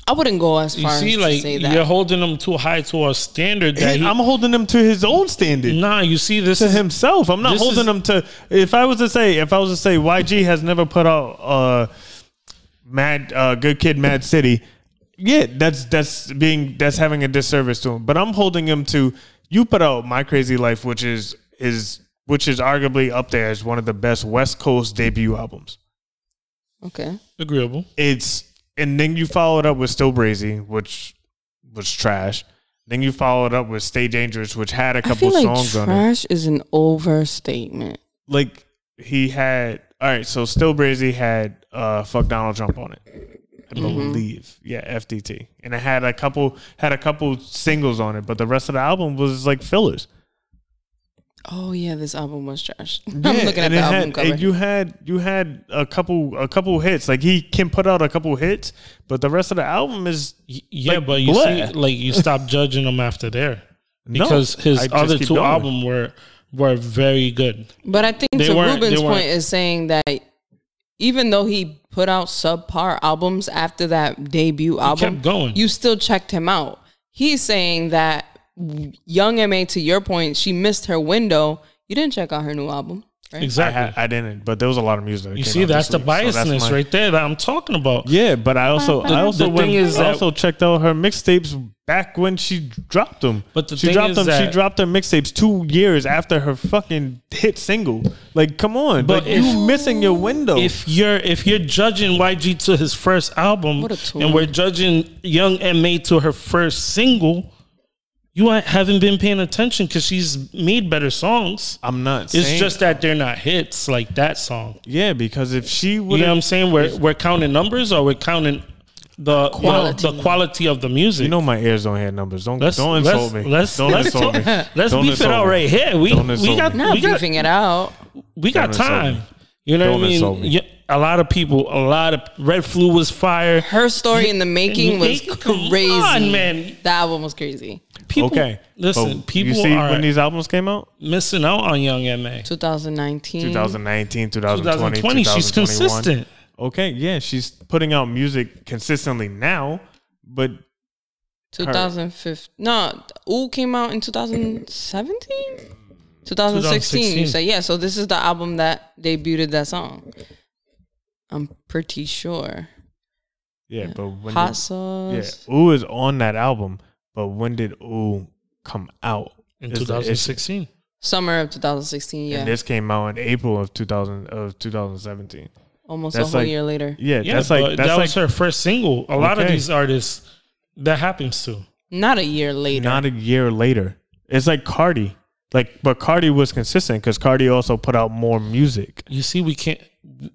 S2: I wouldn't go as
S3: You
S2: far
S3: see,
S2: as to
S3: like
S2: say that.
S3: you're holding him too high to a standard that he,
S1: I'm holding him to his own standard.
S3: nah. You see, this
S1: To
S3: is
S1: himself, I'm not
S3: This
S1: holding
S3: is-
S1: him to. If I was to say, if I was to say, YG has never put out uh, Mad uh, Good Kid, Mad City. Yeah, that's that's being that's having a disservice to him. But I'm holding him to. You put out My Crazy Life, which is is which is arguably up there as one of the best West Coast debut albums.
S2: okay.
S3: agreeable.
S1: it's and then you followed up with Still Brazy, which was trash. Then you followed up with Stay Dangerous, which had a
S2: I
S1: couple
S2: feel like
S1: songs on it.
S2: trash is an overstatement.
S1: Like he had all right, so Still Brazy had uh fuck Donald Trump on it. I
S2: Mm-hmm.
S1: believe. Yeah, FDT. And it had a couple had a couple singles on it, but the rest of the album was like fillers.
S2: Oh yeah, this album was trash.
S1: Yeah,
S2: I'm looking at
S1: and
S2: the
S1: it
S2: album
S1: had-
S2: cover.
S1: and you had you had a couple a couple hits. Like he can put out a couple hits, but the rest of the album is
S3: Y- Yeah,
S1: Like,
S3: but you
S1: bleh.
S3: see, like you stop judging him after there
S1: No,
S3: because
S1: I
S3: his
S1: just
S3: other
S1: keep
S3: two
S1: going.
S3: albums were were very good.
S2: but I think
S3: They
S2: to
S3: weren't-
S2: Ruben's
S3: they weren't-
S2: point is saying that even though he put out subpar albums after that debut album,
S3: kept going.
S2: you still checked him out. He's saying that Young Ma, to your point, she missed her window. You didn't check out her new album, right?
S1: I,
S3: Exactly.
S1: ha- I didn't, but there was a lot of music. That
S3: you
S1: came
S3: see,
S1: out this
S3: that's the
S1: week, so that's
S3: biasness
S1: my-
S3: right there that I'm talking about.
S1: Yeah, but I also I also
S3: the
S1: went,
S3: thing is
S1: I
S3: that-
S1: also checked out her mixtapes back when she dropped them.
S3: But the
S1: she
S3: thing
S1: dropped them.
S3: is
S1: she
S3: that-
S1: dropped her mixtapes two years after her fucking hit single. Like, come on,
S3: But
S1: but like, you
S3: if-
S1: missing your window.
S3: if you're if you're judging YG to his first album
S2: What a tool.
S3: and we're judging Young MA to her first single, you ha- haven't been paying attention because she's made better songs.
S1: I'm not.
S3: It's
S1: saying-
S3: just that they're not hits like that song.
S1: yeah, because if she
S3: You
S1: would,
S3: know what I'm saying? We're we're counting numbers or we're counting the you know,
S2: Quality.
S3: the quality of the music.
S1: you know, my ears don't have numbers. Don't
S3: Let's-
S1: don't
S3: let's-
S1: insult me.
S3: let's-
S1: don't
S3: let's
S1: insult me.
S3: Let's
S1: Don't
S3: beef it
S1: insult
S3: out
S1: me.
S3: right here. We
S1: Don't
S3: we
S1: insult
S3: got
S1: me.
S2: Not
S3: we got
S2: beefing it out.
S3: we
S1: Don't
S3: got
S1: insult me.
S3: time. You know
S1: Don't
S3: what I mean?
S1: insult me.
S3: Yeah, a lot of people, a lot of Red Flu was fire.
S2: Her story in the making was
S3: Make- come
S2: crazy.
S3: on, man.
S2: That album was crazy.
S3: People,
S1: okay.
S3: listen,
S1: But
S3: people
S1: You see
S3: are Mm.
S1: when these albums came out?
S3: missing out on Young Ma.
S2: 2019.
S1: 2019, 2020,
S3: 2020, she's
S1: 2021.
S3: consistent.
S1: Okay, yeah, she's putting out music consistently now, but
S2: 2015. No, Ooh came out in 2017? 2016. You
S3: 2016.
S2: say, yeah, so this is the album that debuted that song. I'm pretty sure.
S1: yeah, but when
S2: Hot
S1: did, yeah,
S2: Sauce.
S1: Ooh is on that album, but when did Ooh come out?
S3: In
S1: Is the issue.
S3: 2016.
S2: Summer of 2016, yeah.
S1: And this came out in April of 2000 of 2017.
S2: Almost a
S1: that's
S2: whole
S1: like-
S2: year later.
S1: Yeah,
S3: Yeah,
S1: that's like
S3: but
S1: that's
S3: that
S1: like
S3: was her first single. A lot of
S1: Okay.
S3: these artists, that happens to.
S2: Not a year later.
S1: not a year later. It's like Cardi. Like, but Cardi was consistent because Cardi also put out more music.
S3: You see, we can't.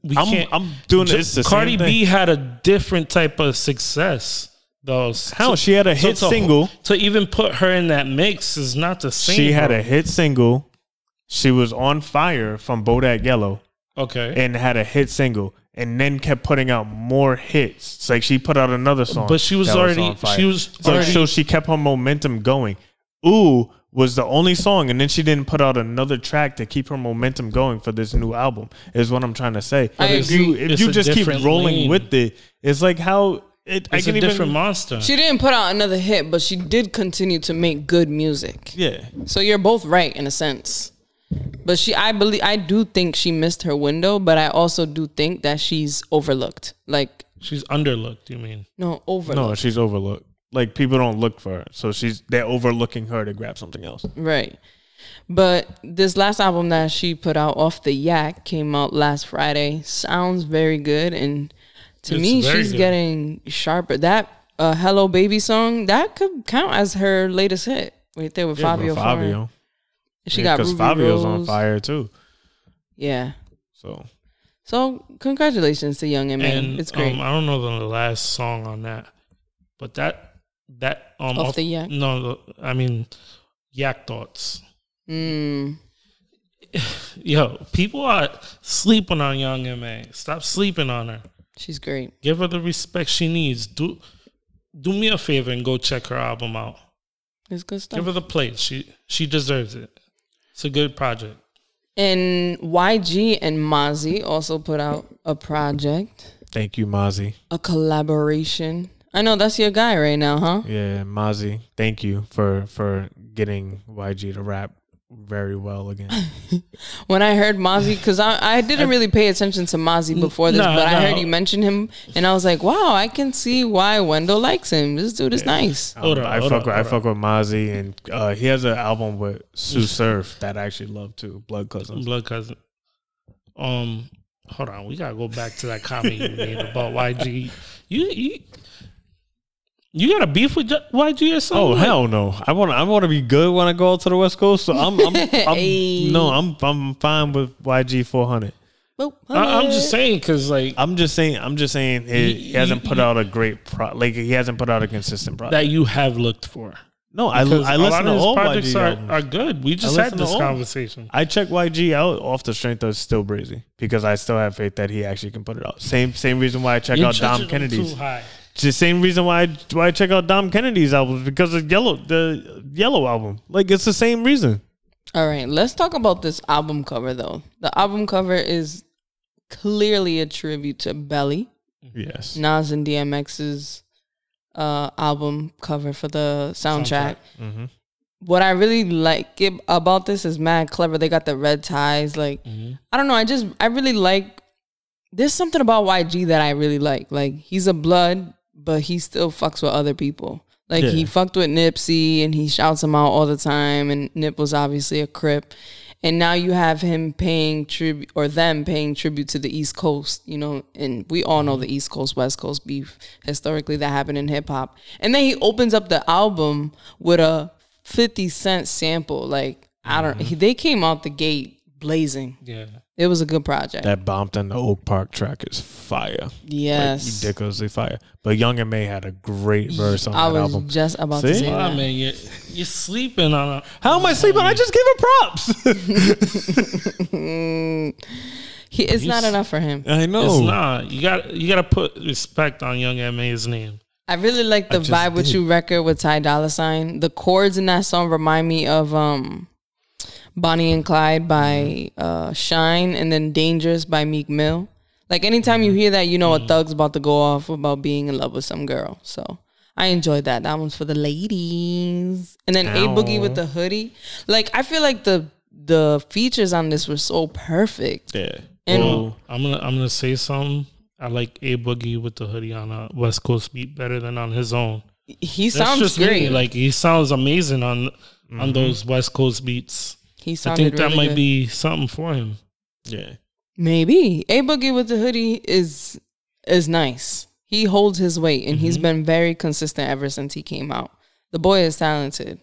S3: We
S1: I'm-
S3: can't.
S1: I'm doing
S3: Ju-
S1: this the same
S3: Cardi
S1: thing.
S3: B had a different type of success, though.
S1: How she had a hit
S3: to-
S1: single.
S3: to even put her in that mix is not the same.
S1: She had
S3: bro.
S1: a hit single. She was on fire from Bodak Yellow
S3: okay,
S1: and had a hit single, and then kept putting out more hits. It's like she put out another song,
S3: But she was
S1: that
S3: already-
S1: on fire.
S3: she was
S1: so,
S3: already-
S1: so she kept her momentum going. Ooh was the only song, and then she didn't put out another track to keep her momentum going for this new album. Is what I'm trying to say.
S2: I
S1: if you
S3: agree.
S1: if
S3: It's
S1: you
S3: a
S1: just keep
S3: different
S1: rolling
S3: lane.
S1: with it, it's like how it. I
S3: it's a
S1: can
S3: different
S1: even
S3: monster.
S2: She didn't put out another hit, but she did continue to make good music.
S1: yeah.
S2: So you're both right in a sense. But she I believe I do think she missed her window, but I also do think that she's overlooked. Like
S3: She's underlooked. You mean?
S2: no, overlooked.
S1: No, she's overlooked. Like people don't look for her, so she's they're overlooking her to grab something else.
S2: Right. But this last album that she put out off the yak came out last Friday. Sounds very good and to
S3: It's
S2: me
S3: very
S2: she's
S3: good.
S2: getting sharper. That uh, Hello Baby song, that could count as her latest hit. Right there with Fabio. Fabio. She got
S1: because
S2: Ruby
S1: Fabio's on
S2: Rose.
S1: fire too.
S2: Yeah.
S1: So
S2: So congratulations to Young and Man.
S3: and
S2: It's great.
S3: Um, I don't know the last song on that, but that that um
S2: Off the Yak?
S3: No, the, I mean yak thoughts.
S2: mm.
S3: Yo, people are sleeping on Young Ma. Stop sleeping on her.
S2: She's great.
S3: Give her the respect she needs. Do do me a favor and go check her album out.
S2: It's good
S3: Give
S2: stuff.
S3: her the plate. She she deserves it. It's a good project.
S2: And YG and Mozzie also put out a project,
S1: thank you, Mozzie.
S2: a collaboration. I know that's your guy right now, huh?
S1: Yeah, Mozzie, thank you for for getting YG to rap very well again. Um,
S2: When I heard Mozzie, because I, I didn't really pay attention to Mozzie before this,
S3: Nah,
S2: but I
S3: nah.
S2: heard you mention him, and I was like, wow, I can see why Wendell likes him. This dude is nice.
S1: Um,
S3: Hold on,
S1: I
S3: hold
S1: fuck
S3: on,
S1: with I
S3: hold
S1: fuck with Mozzie, and uh, he has an album with Sue Surf that I actually love too. Blood Cousins.
S3: Blood cousin. Um, hold on. We gotta go back to that comment you made about YG. You you you got a beef with J- YG or something?
S1: Oh hell no! I want I want to be good when I go out to the West Coast. So I'm, I'm, I'm
S2: Hey.
S1: no I'm I'm fine with YG 400.
S2: Boop.
S3: I, I'm just saying because like
S1: I'm just saying. I'm just saying. He, he hasn't put out a great pro. Like he hasn't put out a consistent product.
S3: that you have looked for.
S1: no, I,
S3: Because
S1: I
S3: a
S1: listen
S3: lot
S1: to
S3: of his
S1: all
S3: projects
S1: YG
S3: are,
S1: albums.
S3: are good. We just
S1: I
S3: had
S1: listen to
S3: this
S1: all.
S3: conversation.
S1: I check YG out off the strength of Still Breezy because I still have faith that he actually can put it out. Same same reason why I check
S3: You're
S1: out Dom
S3: judging him
S1: Kennedy's.
S3: Too high.
S1: It's the same reason why I, why I check out Dom Kennedy's albums because of Yellow the Yellow album. Like it's the same reason.
S2: All right, let's talk about this album cover though. The album cover is clearly a tribute to Belly,
S1: Yes.
S2: Nas and DMX's uh, album cover for the soundtrack. Mm-hmm.
S1: Mhm.
S2: What I really like it, about this is mad clever. They got the red ties. Like I don't know. I just I really like. There's something about YG that I really like. Like he's a blood, but he still fucks with other people. Like he
S1: Yeah.
S2: fucked with Nipsey and he shouts him out all the time. And Nip was obviously a crip. And now you have him paying tribute or them paying tribute to the East Coast, you know, and we all know the East Coast, West Coast beef. Historically that happened in hip hop. And then he opens up the album with a fifty cent sample. Like I
S1: Mm-hmm.
S2: don't he, they came out the gate blazing.
S3: Yeah.
S2: It was a good project.
S1: That bombed in the Oak Park track is fire.
S2: yes.
S1: Ridiculously fire. But Young and May had a great verse on
S2: I
S1: that
S2: was
S1: album.
S2: just about to
S1: See?
S2: say
S1: Well,
S2: that.
S3: I mean, you're, you're sleeping on a.
S1: How am I sleeping? I just give her props.
S2: He, it's not
S3: He's-
S2: enough for him.
S1: I
S3: It's
S1: know.
S3: not. You got you got to put respect on Young Ma's name.
S2: I really like the
S1: just
S2: vibe with
S1: did.
S2: you record with Ty Dolla Sign. The chords in that song remind me of um, Bonnie and Clyde by uh, Shine, and then Dangerous by Meek Mill. Like anytime you hear that, you know a thug's about to go off about being in love with some girl. So I enjoyed that. That one's for the ladies. And then A Boogie with the hoodie. Like I feel like the the features on this were so perfect.
S1: Yeah.
S2: And
S3: Well, I'm gonna I'm gonna say something. I like A Boogie with the hoodie on a West Coast beat better than on his own.
S2: he
S3: That's
S2: sounds
S3: just
S2: great.
S3: me. Like he sounds amazing on on those West Coast beats.
S2: he
S3: I
S2: sounded
S3: think that
S2: really
S3: might
S2: good.
S3: be something for him.
S1: Yeah.
S2: Maybe a boogie with the hoodie is is nice. He holds his weight, and
S1: Mm-hmm.
S2: he's been very consistent ever since he came out. The boy is talented,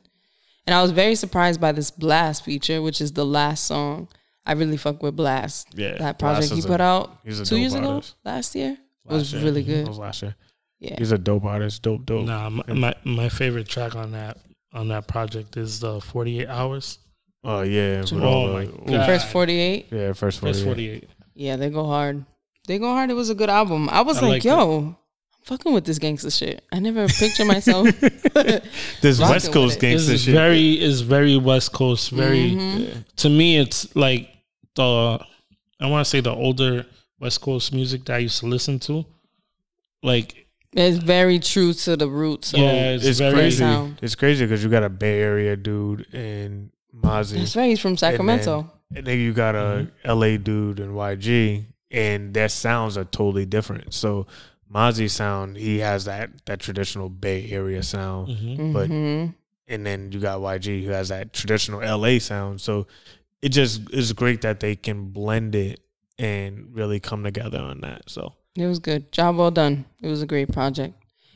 S2: and I was very surprised by this blast feature, which is the last song. I really fuck with blast.
S1: Yeah, Blast
S2: that project he
S1: is a-
S2: put out
S1: he's a
S2: two
S1: dope
S2: years ago,
S1: artist.
S2: last year,
S1: Last
S2: was
S1: year.
S2: really good.
S1: That was last year.
S2: Yeah.
S1: He's a dope artist. Dope, dope.
S3: Nah, my, my my favorite track on that on that project is the 48 hours.
S1: Oh yeah. with all
S3: Oh my
S1: the- ooh.
S3: God.
S2: First forty eight.
S1: Yeah, first forty.
S3: First 48.
S2: Yeah, they go hard. They go hard. It was a good album. I was
S3: I
S2: like,
S3: liked
S2: yo, I'm fucking with this gangster shit. I never pictured myself.
S1: This
S2: Rocking
S1: West Coast
S2: with it.
S1: gangster
S3: It's
S1: shit.
S3: very is very West Coast. Very
S2: Mm-hmm.
S3: to me, it's like the I want to say the older West Coast music that I used to listen to. Like
S2: it's very true to the roots. of-
S3: yeah, it's,
S1: it's
S3: very
S1: crazy.
S2: Sound.
S1: It's crazy because you got a Bay Area dude and
S2: That's
S1: Mozzie,
S2: right. He's from Sacramento.
S1: and then you got a LA dude and YG, and their sounds are totally different. So Mozzie sound, he has that that traditional Bay Area sound,
S3: Mhm.
S1: but
S2: hmm
S1: and then you got YG who has that traditional LA sound. So it just is great that they can blend it and really come together on that. So
S2: It was good. Job well done. It was a great project.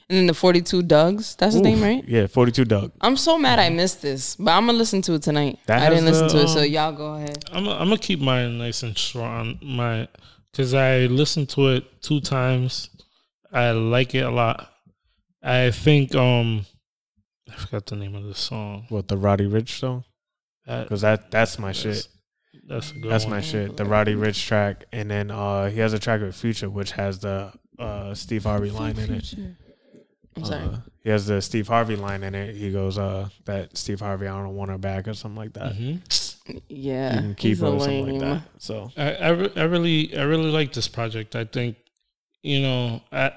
S2: And then the 42 Dugs. That's his name,
S1: Oof.
S2: right?
S1: Yeah, forty two Doug.
S2: I'm so mad I missed this, but I'm going to listen to it tonight.
S1: That
S2: I didn't
S1: has the,
S2: listen to it, so
S1: um,
S2: y'all go ahead.
S3: I'm I'm gonna keep mine nice and strong. um, My because I listened to it two times. I like it a lot. I think um I forgot the name of the song.
S1: What the Roddy Rich song?
S3: That-
S1: Because that that's my shit.
S3: That's a Uh, good
S1: That's
S3: one.
S1: my shit. The Roddy Rich track, and then uh, he has a track with Future, which has the uh, Steve Harvey line in it.
S2: I'm sorry.
S1: Uh, he has the Steve Harvey line in it. He goes, uh, "That Steve Harvey, I don't want her back" or something like that.
S3: Mhm.
S2: yeah.
S1: You can keep
S2: he's
S1: her
S2: a
S1: or something like
S2: lame.
S1: that. So
S3: I, I, re- I really I really like this project. I think you know I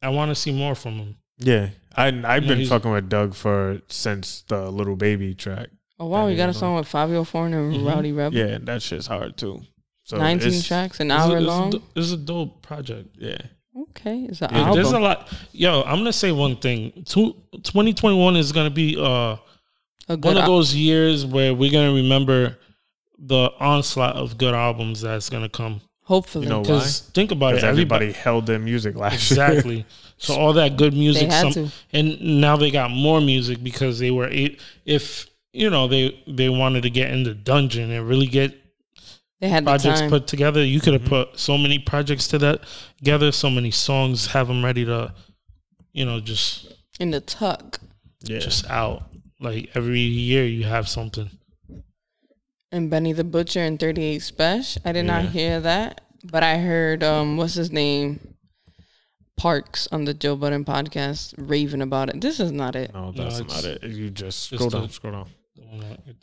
S3: I want to see more from him.
S1: yeah, I I've
S3: No,
S1: been
S3: he's-
S1: fucking with Doug for since the Little Baby track.
S2: Oh, wow. We
S1: Yeah,
S2: got a
S1: he's
S2: song with Fabio Foreigner and
S3: Mhm.
S2: Rowdy Rebel.
S1: Mm-hmm. Yeah, that shit's hard too. So
S2: 19
S1: it's-
S2: tracks, an
S3: This is-
S2: hour
S3: this is
S2: long.
S3: do- This is a dope project.
S1: Yeah,
S2: okay. It's an
S1: Yeah,
S3: There's a
S2: album.
S3: lot. Yo, I'm gonna say one thing. Two, 2021 is gonna be uh
S2: A, good
S3: one of
S2: al-
S3: those years where we're gonna remember the onslaught of good albums that's gonna come.
S2: Hopefully.
S1: you know why?
S3: Because think about
S1: Because
S3: it, everybody,
S1: everybody held their music last year.
S3: exactly. so all that good music,
S2: had
S3: some-
S2: to.
S3: and now they got more music because they were a- if you know they they wanted to get in the dungeon and really get
S2: they had the
S3: projects
S2: time. Mm-hmm.
S3: put together. You could have put so many projects to that together, so many songs, have them ready to, you know, just
S2: in the tuck.
S1: Yeah.
S3: just out. Like every year you have something.
S2: and Benny the Butcher and 38 Special. I did
S1: Yeah.
S2: not hear that, but I heard um what's his name Parks on the Joe Budden podcast raving about it. This is not it.
S1: no, that's
S3: it's-
S1: not it. You just scroll
S3: the-
S1: down, scroll down.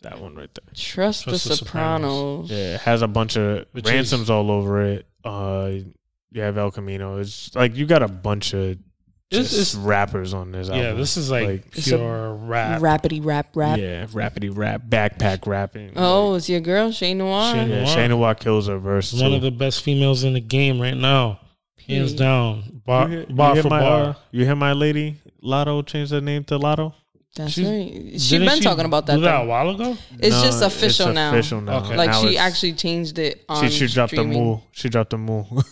S1: That one right there.
S2: Trust,
S3: Trust
S2: the,
S3: the
S2: Sopranos.
S3: Sopranos.
S1: Yeah, it has a bunch of
S3: Which
S1: ransoms
S3: is-
S1: all over it. Uh, you have El Camino. It's like you got a bunch of
S3: This
S1: just
S3: is
S1: rappers on this album.
S3: yeah. This is like,
S2: It's a
S3: pure rap.
S2: Rappity rap rap.
S1: yeah, rapidy rap, backpack rapping.
S2: Oh, it's your girl Shay Noir.
S3: Shay
S1: like, yeah,
S3: Noir.
S1: Shayna Watt kills her verse.
S3: One
S1: too.
S3: of the best females in the game right now, hands
S2: Period.
S3: down. Bar,
S1: you hear, you
S3: bar
S1: hear
S3: for
S1: my,
S3: bar.
S1: uh, you hear my lady Lotto change her name to Lotto.
S2: That's
S3: she's-
S2: right. She's
S3: Didn't
S2: been
S3: she
S2: talking about that.
S3: Do that a
S2: though.
S3: while ago.
S2: It's just official now.
S1: Official now.
S3: Okay.
S2: Like
S1: Now
S2: she
S1: it's-
S2: actually changed it on
S1: she, she dropped the
S2: streaming.
S1: mule. She dropped the mule.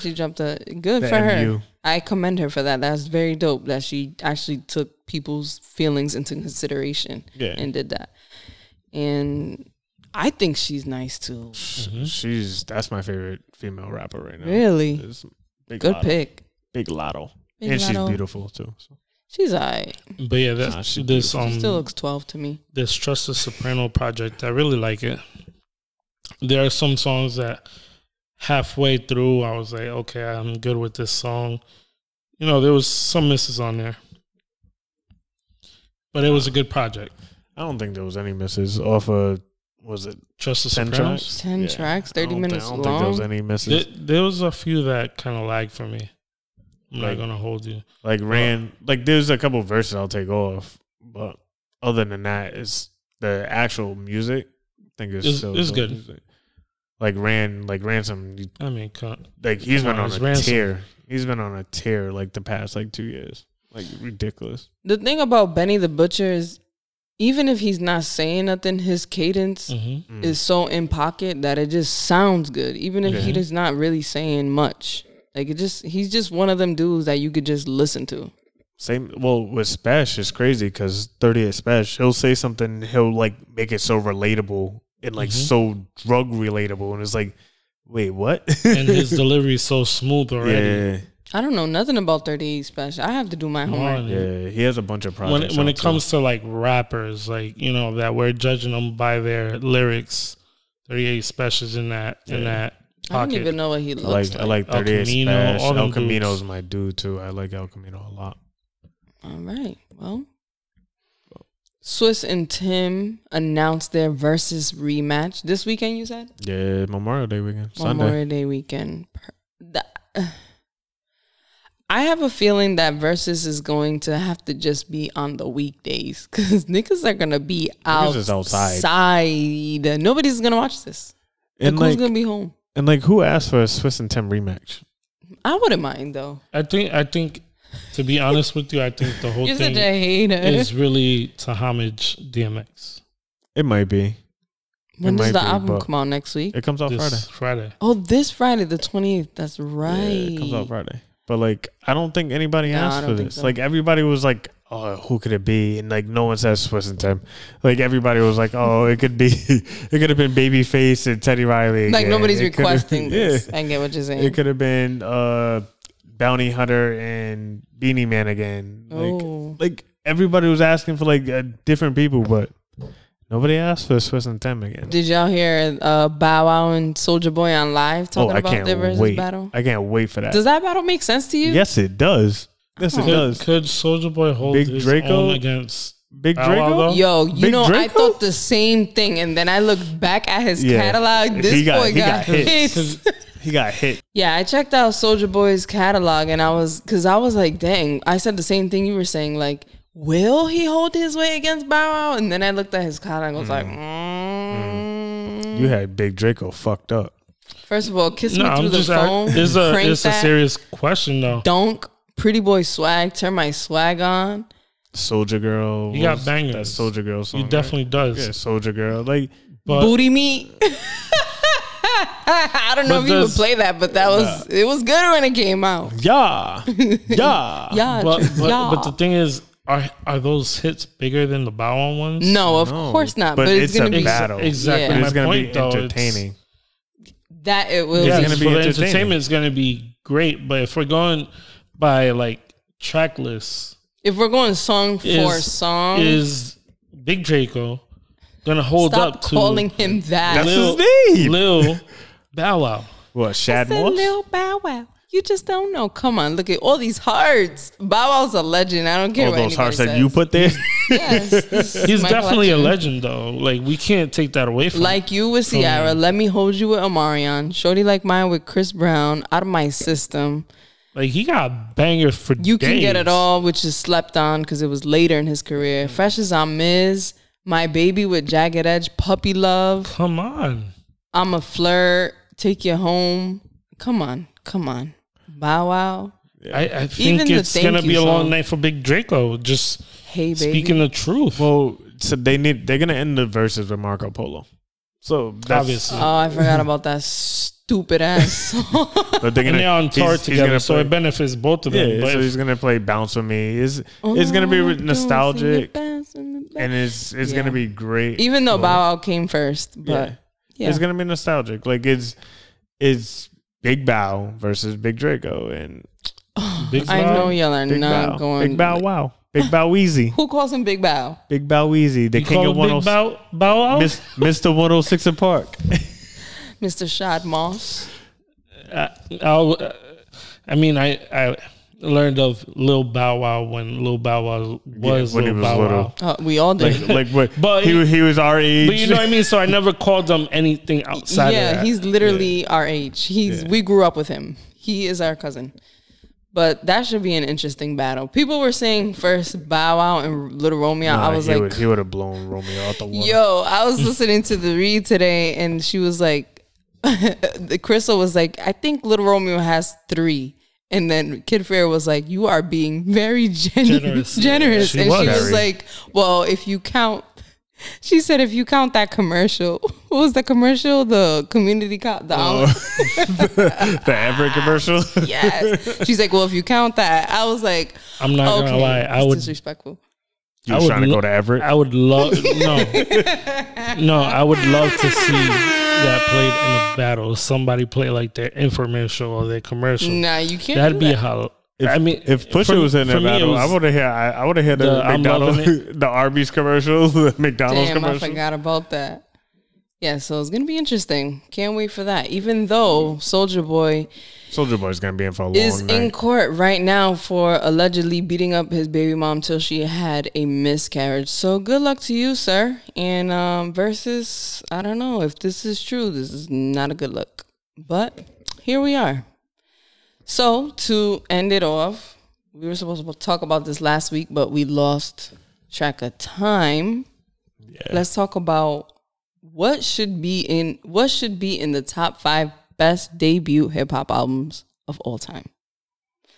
S2: She dropped a good
S1: The
S2: for
S1: MU.
S2: her. I commend her for that. That's very dope that she actually took people's feelings into consideration
S1: Yeah.
S2: and did that. And I think she's nice too.
S3: Mm-hmm.
S1: She's that's my favorite female rapper right now.
S2: Really?
S1: It's big
S2: Good
S1: Lotto.
S2: pick.
S1: Big Lotto.
S2: Big
S1: and she's
S2: Lotto.
S1: beautiful too. So.
S2: She's all right.
S3: But yeah, that,
S1: Nah, she
S3: this
S1: beautiful.
S3: um
S2: Still looks 12 to me.
S3: this Trust the Soprano project. I really like it. there are some songs that halfway through I was like, okay, I'm good with this song. You know, there was some misses on there, but it was a good project.
S1: I don't think there was any misses off of was it
S3: Trust the
S1: ten
S3: Sopranos.
S1: tracks?
S2: 10 tracks, 30
S1: I don't
S2: minutes
S1: think, I don't think there was
S2: long?
S1: any misses.
S3: There, there was a few that kind of lagged for me. I'm not
S1: Like-
S3: gonna hold you.
S1: like ran like there's a couple verses I'll take off, but other than that, it's the actual music. I think it's
S3: It's-
S1: so
S3: it's good.
S1: Like ran like ransom
S3: I mean, con-
S1: like he's been
S3: Come on,
S1: on
S3: it's
S1: a
S3: Ransom.
S1: tear. He's been on a tear like the past like two years. Like ridiculous.
S2: The thing about Benny the Butcher is even if he's not saying nothing, his cadence
S3: mhm.
S1: Mm.
S2: is so in pocket that it just sounds good, even if he
S1: Yeah.
S2: is not really saying much. Like it just, he's just one of them dudes that you could just listen to.
S1: Same. Well, with Spesh, it's crazy because 38 Spesh, he'll say something, he'll like make it so relatable and like
S3: Mhm.
S1: so drug relatable. And it's like, wait, what?
S3: and his delivery is so smooth already.
S1: yeah, Oh
S2: I don't know nothing about 38 Special. I have to do my
S3: Come
S2: homework.
S3: on.
S1: yeah. He has a bunch of
S3: When
S1: projects.
S3: when
S1: out,
S3: it
S1: too.
S3: comes to like rappers, like you know that we're judging them by their lyrics. Thirty eight specials in that in
S1: Yeah.
S3: that
S2: I don't
S3: pocket.
S2: even know what he
S1: I
S2: looks
S1: like,
S2: like.
S1: I like
S3: El
S1: 38
S3: Camino,
S1: Spesh.
S3: all them
S1: El Camino's
S3: dudes.
S1: my dude too. I like El Camino a lot.
S2: All right. Well, Swiss and Tim announced their versus rematch this weekend. You said
S1: Yeah, Memorial Day weekend, Sunday.
S2: Memorial Day weekend. Per- the- I have a feeling that versus is going to have to just be on the weekdays because niggas are gonna be
S1: Niggas
S2: outside.
S1: is outside.
S2: Nobody's gonna watch this.
S1: And
S2: And
S1: like,
S2: gonna be home?
S1: and like, who asked for a Swiss and Tim rematch?
S2: I wouldn't mind though.
S3: I think I think to be honest with you, I think the whole
S2: You're such
S3: thing
S2: a hater.
S3: is really to homage DMX
S1: It might be.
S2: when
S1: it
S2: does
S1: might
S2: the
S1: be,
S2: album
S1: but-
S2: come out next week?
S1: It comes out Friday.
S3: this Friday.
S2: Oh, this Friday, the twentieth. That's right.
S1: Yeah, it comes out Friday. But like, I don't think anybody
S2: No, I
S1: asked for
S2: don't think
S1: this.
S2: so.
S1: Like, everybody was like, "Oh, who could it be?" And like, no one says Swiss and Tim. Like, everybody was like, "Oh, it could be. it could have been Babyface and Teddy Riley."
S2: Like
S1: again.
S2: nobody's
S1: It could have-
S2: requesting this.
S1: Yeah.
S2: I get what you're saying.
S1: It could have been uh, Bounty Hunter and Beanie Man again. Like,
S2: oh,
S1: like everybody was asking for like uh, different people, but nobody asked for Swiss and Tim again.
S2: did y'all hear uh, Bow Wow and Soldier Boy on live
S1: Oh,
S2: talking
S1: I
S2: about their
S1: can't
S2: versus
S1: wait!
S2: battle?
S1: I can't wait for that.
S2: Does that battle make sense to you?
S1: Yes, it does. Yes, it
S2: Oh.
S3: Could,
S1: does.
S3: could Soldier Boy hold
S1: Big
S3: his
S1: Draco?
S3: own against
S1: Big
S3: Bow Wow,
S1: Draco.
S3: though?
S2: Yo, you
S1: Big
S2: know, I
S1: Draco?
S2: thought the same thing, and then I looked back at his
S1: Yeah.
S2: catalog. This
S1: He got-
S2: boy
S1: he
S2: got,
S1: got hit.
S2: hits.
S3: Because
S1: He got hit.
S2: Yeah, I checked out Soldier Boy's catalog and I was cuz I was like, "Dang, I said the same thing you were saying like, will he hold his way against Bow Wow?" And then I looked at his catalog and was like, mm.
S1: You had Big Draco fucked up.
S2: First of all, kiss
S3: no,
S2: me through
S3: I'm
S2: the
S3: just I,
S2: phone.
S3: it's a
S2: crank
S3: it's a
S2: that,
S3: serious question though.
S2: Donk, pretty boy swag, turn my swag on.
S1: Soldier Girl.
S3: You
S1: what
S3: got
S1: was
S3: bangers.
S1: That Soldier Girl song.
S3: He definitely
S1: Right?
S3: does.
S1: Yeah, Soldier Girl. Like,
S3: But
S2: Booty meat. I don't know
S3: But
S2: if you would
S3: does-
S2: play that, but that was it was good when it came out.
S1: yeah. Yeah.
S2: Yeah,
S3: but but,
S2: yeah.
S3: but the thing is, are are those hits bigger than the Bow Wow ones?
S2: no, of
S1: No,
S2: course not.
S1: but
S2: But, it's,
S1: it's
S2: gonna
S1: a
S2: be
S1: bad-
S3: Exa-
S1: Battle.
S3: Exactly.
S2: Yeah.
S1: But
S3: my
S1: it's going to
S3: point,
S1: be
S3: though, it's-
S1: entertaining.
S2: that it will
S3: yeah,
S2: be.
S1: It's gonna
S3: for
S1: be
S3: the
S1: entertaining.
S3: entertainment, it's going to be great. But if we're going by like track lists,
S2: If we're going song for
S3: Is-
S2: song,
S3: is Big Draco going to hold
S2: stop
S3: up to
S2: calling him that.
S1: That's
S3: Lil,
S1: his name.
S3: Lil Bow Wow?
S1: What,
S2: I
S1: Shad
S2: said
S1: Moss?
S2: Lil Bow Wow. You just don't know. Come on, look at all these hearts. Bow Wow's a legend. I don't care
S1: All
S2: what
S1: those
S2: anybody
S1: hearts
S2: says.
S1: that you put there?
S2: Yes, this is
S3: He's
S2: my
S3: definitely
S2: collection.
S3: a legend, though. Like we can't take that away from. him.
S2: Like you with Ciara, let me hold you with Omarion. Shorty like mine with Chris Brown. Out of my system.
S3: like he got bangers for
S2: You can get it
S3: days.
S2: all, which is slept on because it was later in his career. Fresh as I'm Miz, My Baby with Jagged Edge, Puppy Love.
S3: Come on,
S2: I'm a flirt. Take you home. Come on, come on. Bow Wow.
S3: I, I think
S2: Even the
S3: it's gonna
S2: thank
S3: be
S2: you
S3: a long
S2: song.
S3: night for Big Draco. Just
S2: Hey baby.
S3: speaking the truth.
S1: well, so they need, they're going to end the verses with Marco Polo. So that's
S3: Obviously.
S2: oh, I forgot about that stupid ass song.
S1: But they're
S3: and
S1: gonna,
S3: they're on tour
S1: he's- he's
S3: together,
S1: gonna
S3: so
S1: play-
S3: it benefits both of them.
S1: yeah,
S3: but
S1: so
S3: if-
S1: he's gonna play "Bounce with Me." Is it's gonna
S2: Oh,
S1: be re- nostalgic, and it's it's
S2: Yeah.
S1: gonna be great.
S2: even though Bow Wow came first, but
S1: Yeah.
S2: yeah.
S1: It's gonna be nostalgic. Like it's it's Big Bow versus Big Draco and
S3: Big
S2: I
S3: Bow,
S2: know y'all are
S1: Big
S2: not
S1: Bow.
S2: going.
S1: Big Bow Wow. Big Bow Weezy.
S2: Who calls him Big Bow?
S1: Big Bow Weezy. The
S3: you
S1: king
S3: call
S1: of
S3: him
S1: 106.
S3: Big Bow Bow Wow.
S1: Mis- Mr. 106 and oh Park.
S2: Mr. Shad Moss.
S3: I, I'll, uh, I mean, I, I learned of Lil Bow Wow when Lil Bow Wow was
S1: when he
S3: Lil
S1: was
S3: Bow
S1: little.
S3: Wow.
S2: Uh, we all did.
S1: Like, like what?
S3: But
S1: But he,
S3: he-
S1: wa- he was our age.
S3: But you know what I mean? So I never called them anything outside of
S2: yeah,
S3: that.
S2: he's literally our age. He's
S1: Yeah.
S2: we grew up with him. He is our cousin. But that should be an interesting battle. People were saying first Bow Wow and Little Romeo.
S1: Nah,
S2: I was
S1: he
S2: like,
S1: would, he would have blown Romeo out the water.
S2: Yo, I was listening to the read today, and she was like, the Crystal was like, I think Little Romeo has three. And then Kid Fair was like, You are being very gen-
S3: Generous.
S2: generous.
S3: She
S2: and
S3: was.
S2: she was
S1: Very.
S2: like, Well, if you count, she said, if you count that commercial, what was the commercial? The community cop, the
S3: Oh.
S1: The Everett commercial.
S2: yes. She's like, Well, if you count that, I was like,
S3: I'm not
S2: Okay,
S3: gonna lie. I
S2: that's
S3: would
S2: disrespectful.
S1: you
S3: I
S1: was
S3: would
S1: trying to
S3: lo-
S1: go to Everett.
S3: I would love no, no. I would love to see that played in a battle. Somebody play like their infomercial or their commercial.
S2: Nah, you can't.
S3: That'd
S2: do
S3: be
S2: that.
S3: how. I mean,
S1: if Pusha
S3: for-
S1: was in
S3: for
S1: that
S3: me, it
S1: battle,
S3: was-
S1: I would have hear I, I would have heard the,
S3: The I'm loving
S1: McDonald's, the Arby's commercial, the McDonald's
S2: Damn, I
S1: commercial.
S2: forgot about that. Yeah, so it's gonna be interesting. Can't wait for that. Even though Soldier Boy
S1: Soldier Boy's gonna be in for a long
S2: is
S1: night.
S2: in court right now for allegedly beating up his baby mom till she had a miscarriage. So good luck to you, sir. And um, versus, I don't know if this is true. This is not a good look, but here we are. So to end it off, we were supposed to talk about this last week, but we lost track of time. Let's talk about what should be in what should be in the top five best debut hip hop albums of all time.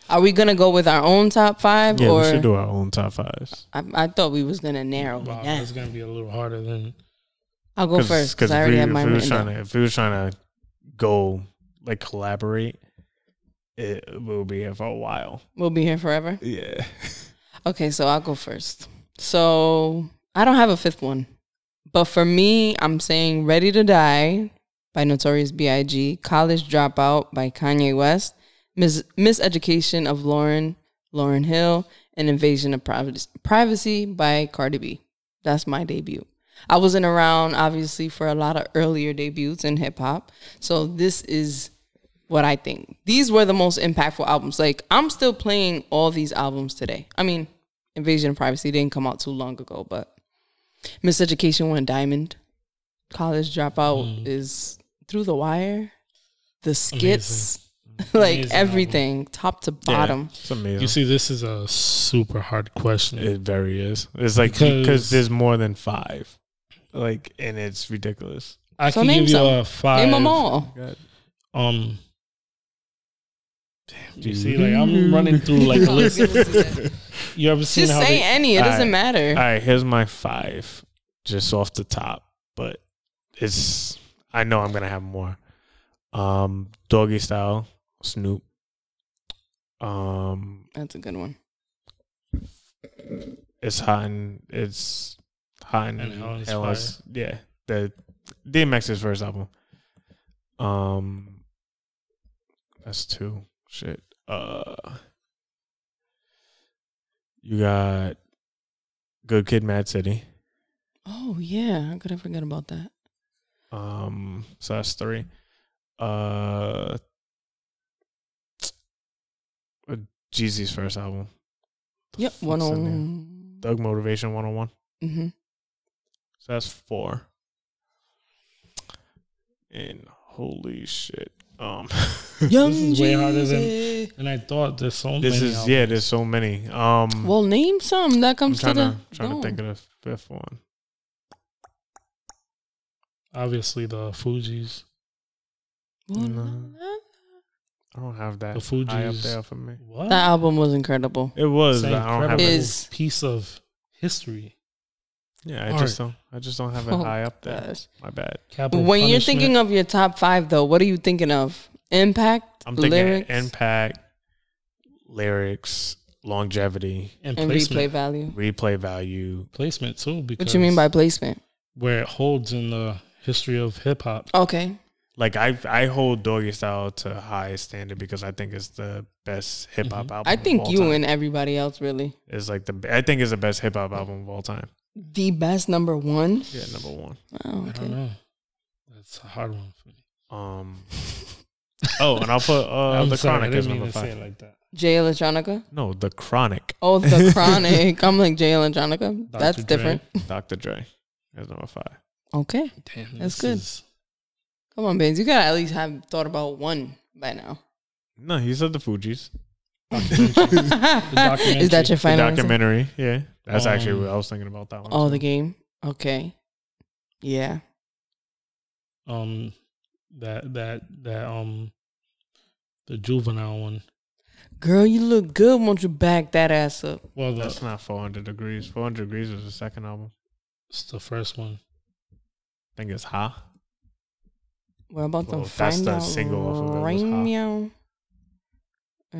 S2: Are we gonna go with our own top five,
S1: yeah,
S2: or
S1: we should do our own top fives.
S2: I, I thought we was gonna narrow it
S3: Wow,
S2: down.
S3: it's gonna be a little harder than.
S2: I'll go first because I
S1: if
S2: already
S1: we,
S2: have mine
S1: if we was
S2: written
S1: trying
S2: down.
S1: to, if we was trying to go like collaborate, it will be here for a while.
S2: We'll be here forever.
S1: Yeah,
S2: Okay, so I'll go first. So I don't have a fifth one, but for me, I'm saying "Ready to Die" by Notorious B.I.G., "College Dropout" by Kanye West, Mis- "Miseducation of Lauren" Lauren Hill, and "Invasion of Privacy- Privacy" by Cardi B. That's my debut. I wasn't around obviously for a lot of earlier debuts in hip hop, so this is what I think. These were the most impactful albums. Like I'm still playing all these albums today. I mean, Invasion of Privacy didn't come out too long ago, but Miseducation won a diamond. College Dropout is through the wire. The skits, like
S3: Amazing
S2: everything, top to bottom.
S1: it's amazing.
S3: You see, this is a super hard question.
S1: It very is. It's like
S3: Because-
S1: because there's more than five, like, and it's ridiculous.
S3: I
S2: So
S3: can
S2: name
S3: give you
S2: some.
S3: a five.
S2: Name them all.
S1: God.
S3: Um. Damn, you see, like I'm running through like a list. You ever seen
S2: Just
S3: how
S2: say
S3: they,
S2: any. It
S1: All right.
S2: doesn't matter.
S1: All right, here's my five, just off the top, but it's I know I'm gonna have more. Um, Doggy Style, Snoop. Um,
S2: That's a good one.
S1: it's hot and it's hot and,
S3: And Hell is
S1: Hell is- yeah. The DMX's first album. Um, that's two. Shit. Uh, you got Good Kid, Mad City.
S2: Oh yeah, I could have forgot about that.
S1: Um, so that's three. Uh, uh, Jeezy's first album,
S2: Yep,
S1: fuck's
S2: one
S1: in there?
S2: on.
S1: Doug Motivation 101.
S2: Mm-hmm.
S1: So that's four. And holy shit. Um,
S2: Young
S3: is way harder than-
S2: Jeezy.
S3: And I thought there's so
S1: this
S3: many.
S1: is,
S3: albums.
S1: yeah, there's so many. Um,
S2: Well, name some that
S1: I'm
S2: comes
S1: trying
S2: to
S1: to,
S2: the.
S1: trying to
S2: dome.
S1: think of the fifth one.
S3: obviously the Fugees.
S2: Well,
S1: No. I don't have that
S3: The Fugees.
S1: high up there for me.
S3: What?
S2: That album was incredible.
S1: It was,
S3: It's an
S1: but I don't have
S3: incredible
S1: it.
S2: Is-
S3: piece of history.
S1: Yeah, I just don't. I just don't have it
S2: Oh,
S1: high up there.
S2: gosh.
S1: My bad.
S3: Capital
S2: When you're
S3: punishment.
S2: thinking of your top five, though, what are you thinking of? Impact,
S1: I'm thinking
S2: lyrics,
S1: impact, lyrics, longevity,
S3: and,
S2: and replay
S3: placement,
S2: value.
S1: replay value.
S3: placement too. Because
S2: What you mean by placement?
S3: where it holds in the history of hip hop?
S2: Okay.
S1: Like I, I hold Doggy Style to high standard because I think it's the best hip
S3: Mm-hmm.
S1: hop album.
S2: I
S1: of
S2: think
S1: all
S2: you
S1: time.
S2: and everybody else really.
S1: is like the. I think it's the best hip hop album of all time.
S2: The best number one.
S1: Yeah, number one.
S2: Oh,
S3: I don't
S2: okay.
S3: know. That's a hard one for me.
S1: Um, oh, and I'll put uh,
S3: I'm
S1: the
S3: sorry, I
S1: Chronic
S3: didn't
S1: as
S3: mean
S1: number
S3: to say it
S1: five.
S3: like that.
S2: Jay Electronica.
S1: No, the Chronic.
S2: Oh, the Chronic. I'm like Jay Electronica. That's
S3: Dr. Dre.
S2: different.
S1: Dr. Dre is number five.
S2: Okay,
S3: Damn,
S2: That's
S3: this
S2: good.
S3: is-
S2: come on, Baines. You gotta at least have thought about one by now.
S1: No, he said the Fugees.
S3: documentary.
S2: Is that your
S1: The
S2: final? answer?
S1: documentary. Yeah, that's actually
S3: Um,
S1: what I was thinking about that one.
S2: Oh,
S1: too.
S2: the game. Okay. Yeah.
S3: um that that that um the juvenile one.
S2: Girl, you look good. Won't you back that ass up?
S3: Well, the,
S1: That's not 400 degrees. 400 degrees was the second album.
S3: it's the first one.
S1: I think it's Ha.
S2: We're about
S1: Well,
S2: to
S1: that's
S2: find
S1: the
S2: out
S1: single off of it was
S2: right
S1: Hot.
S2: now. Uh,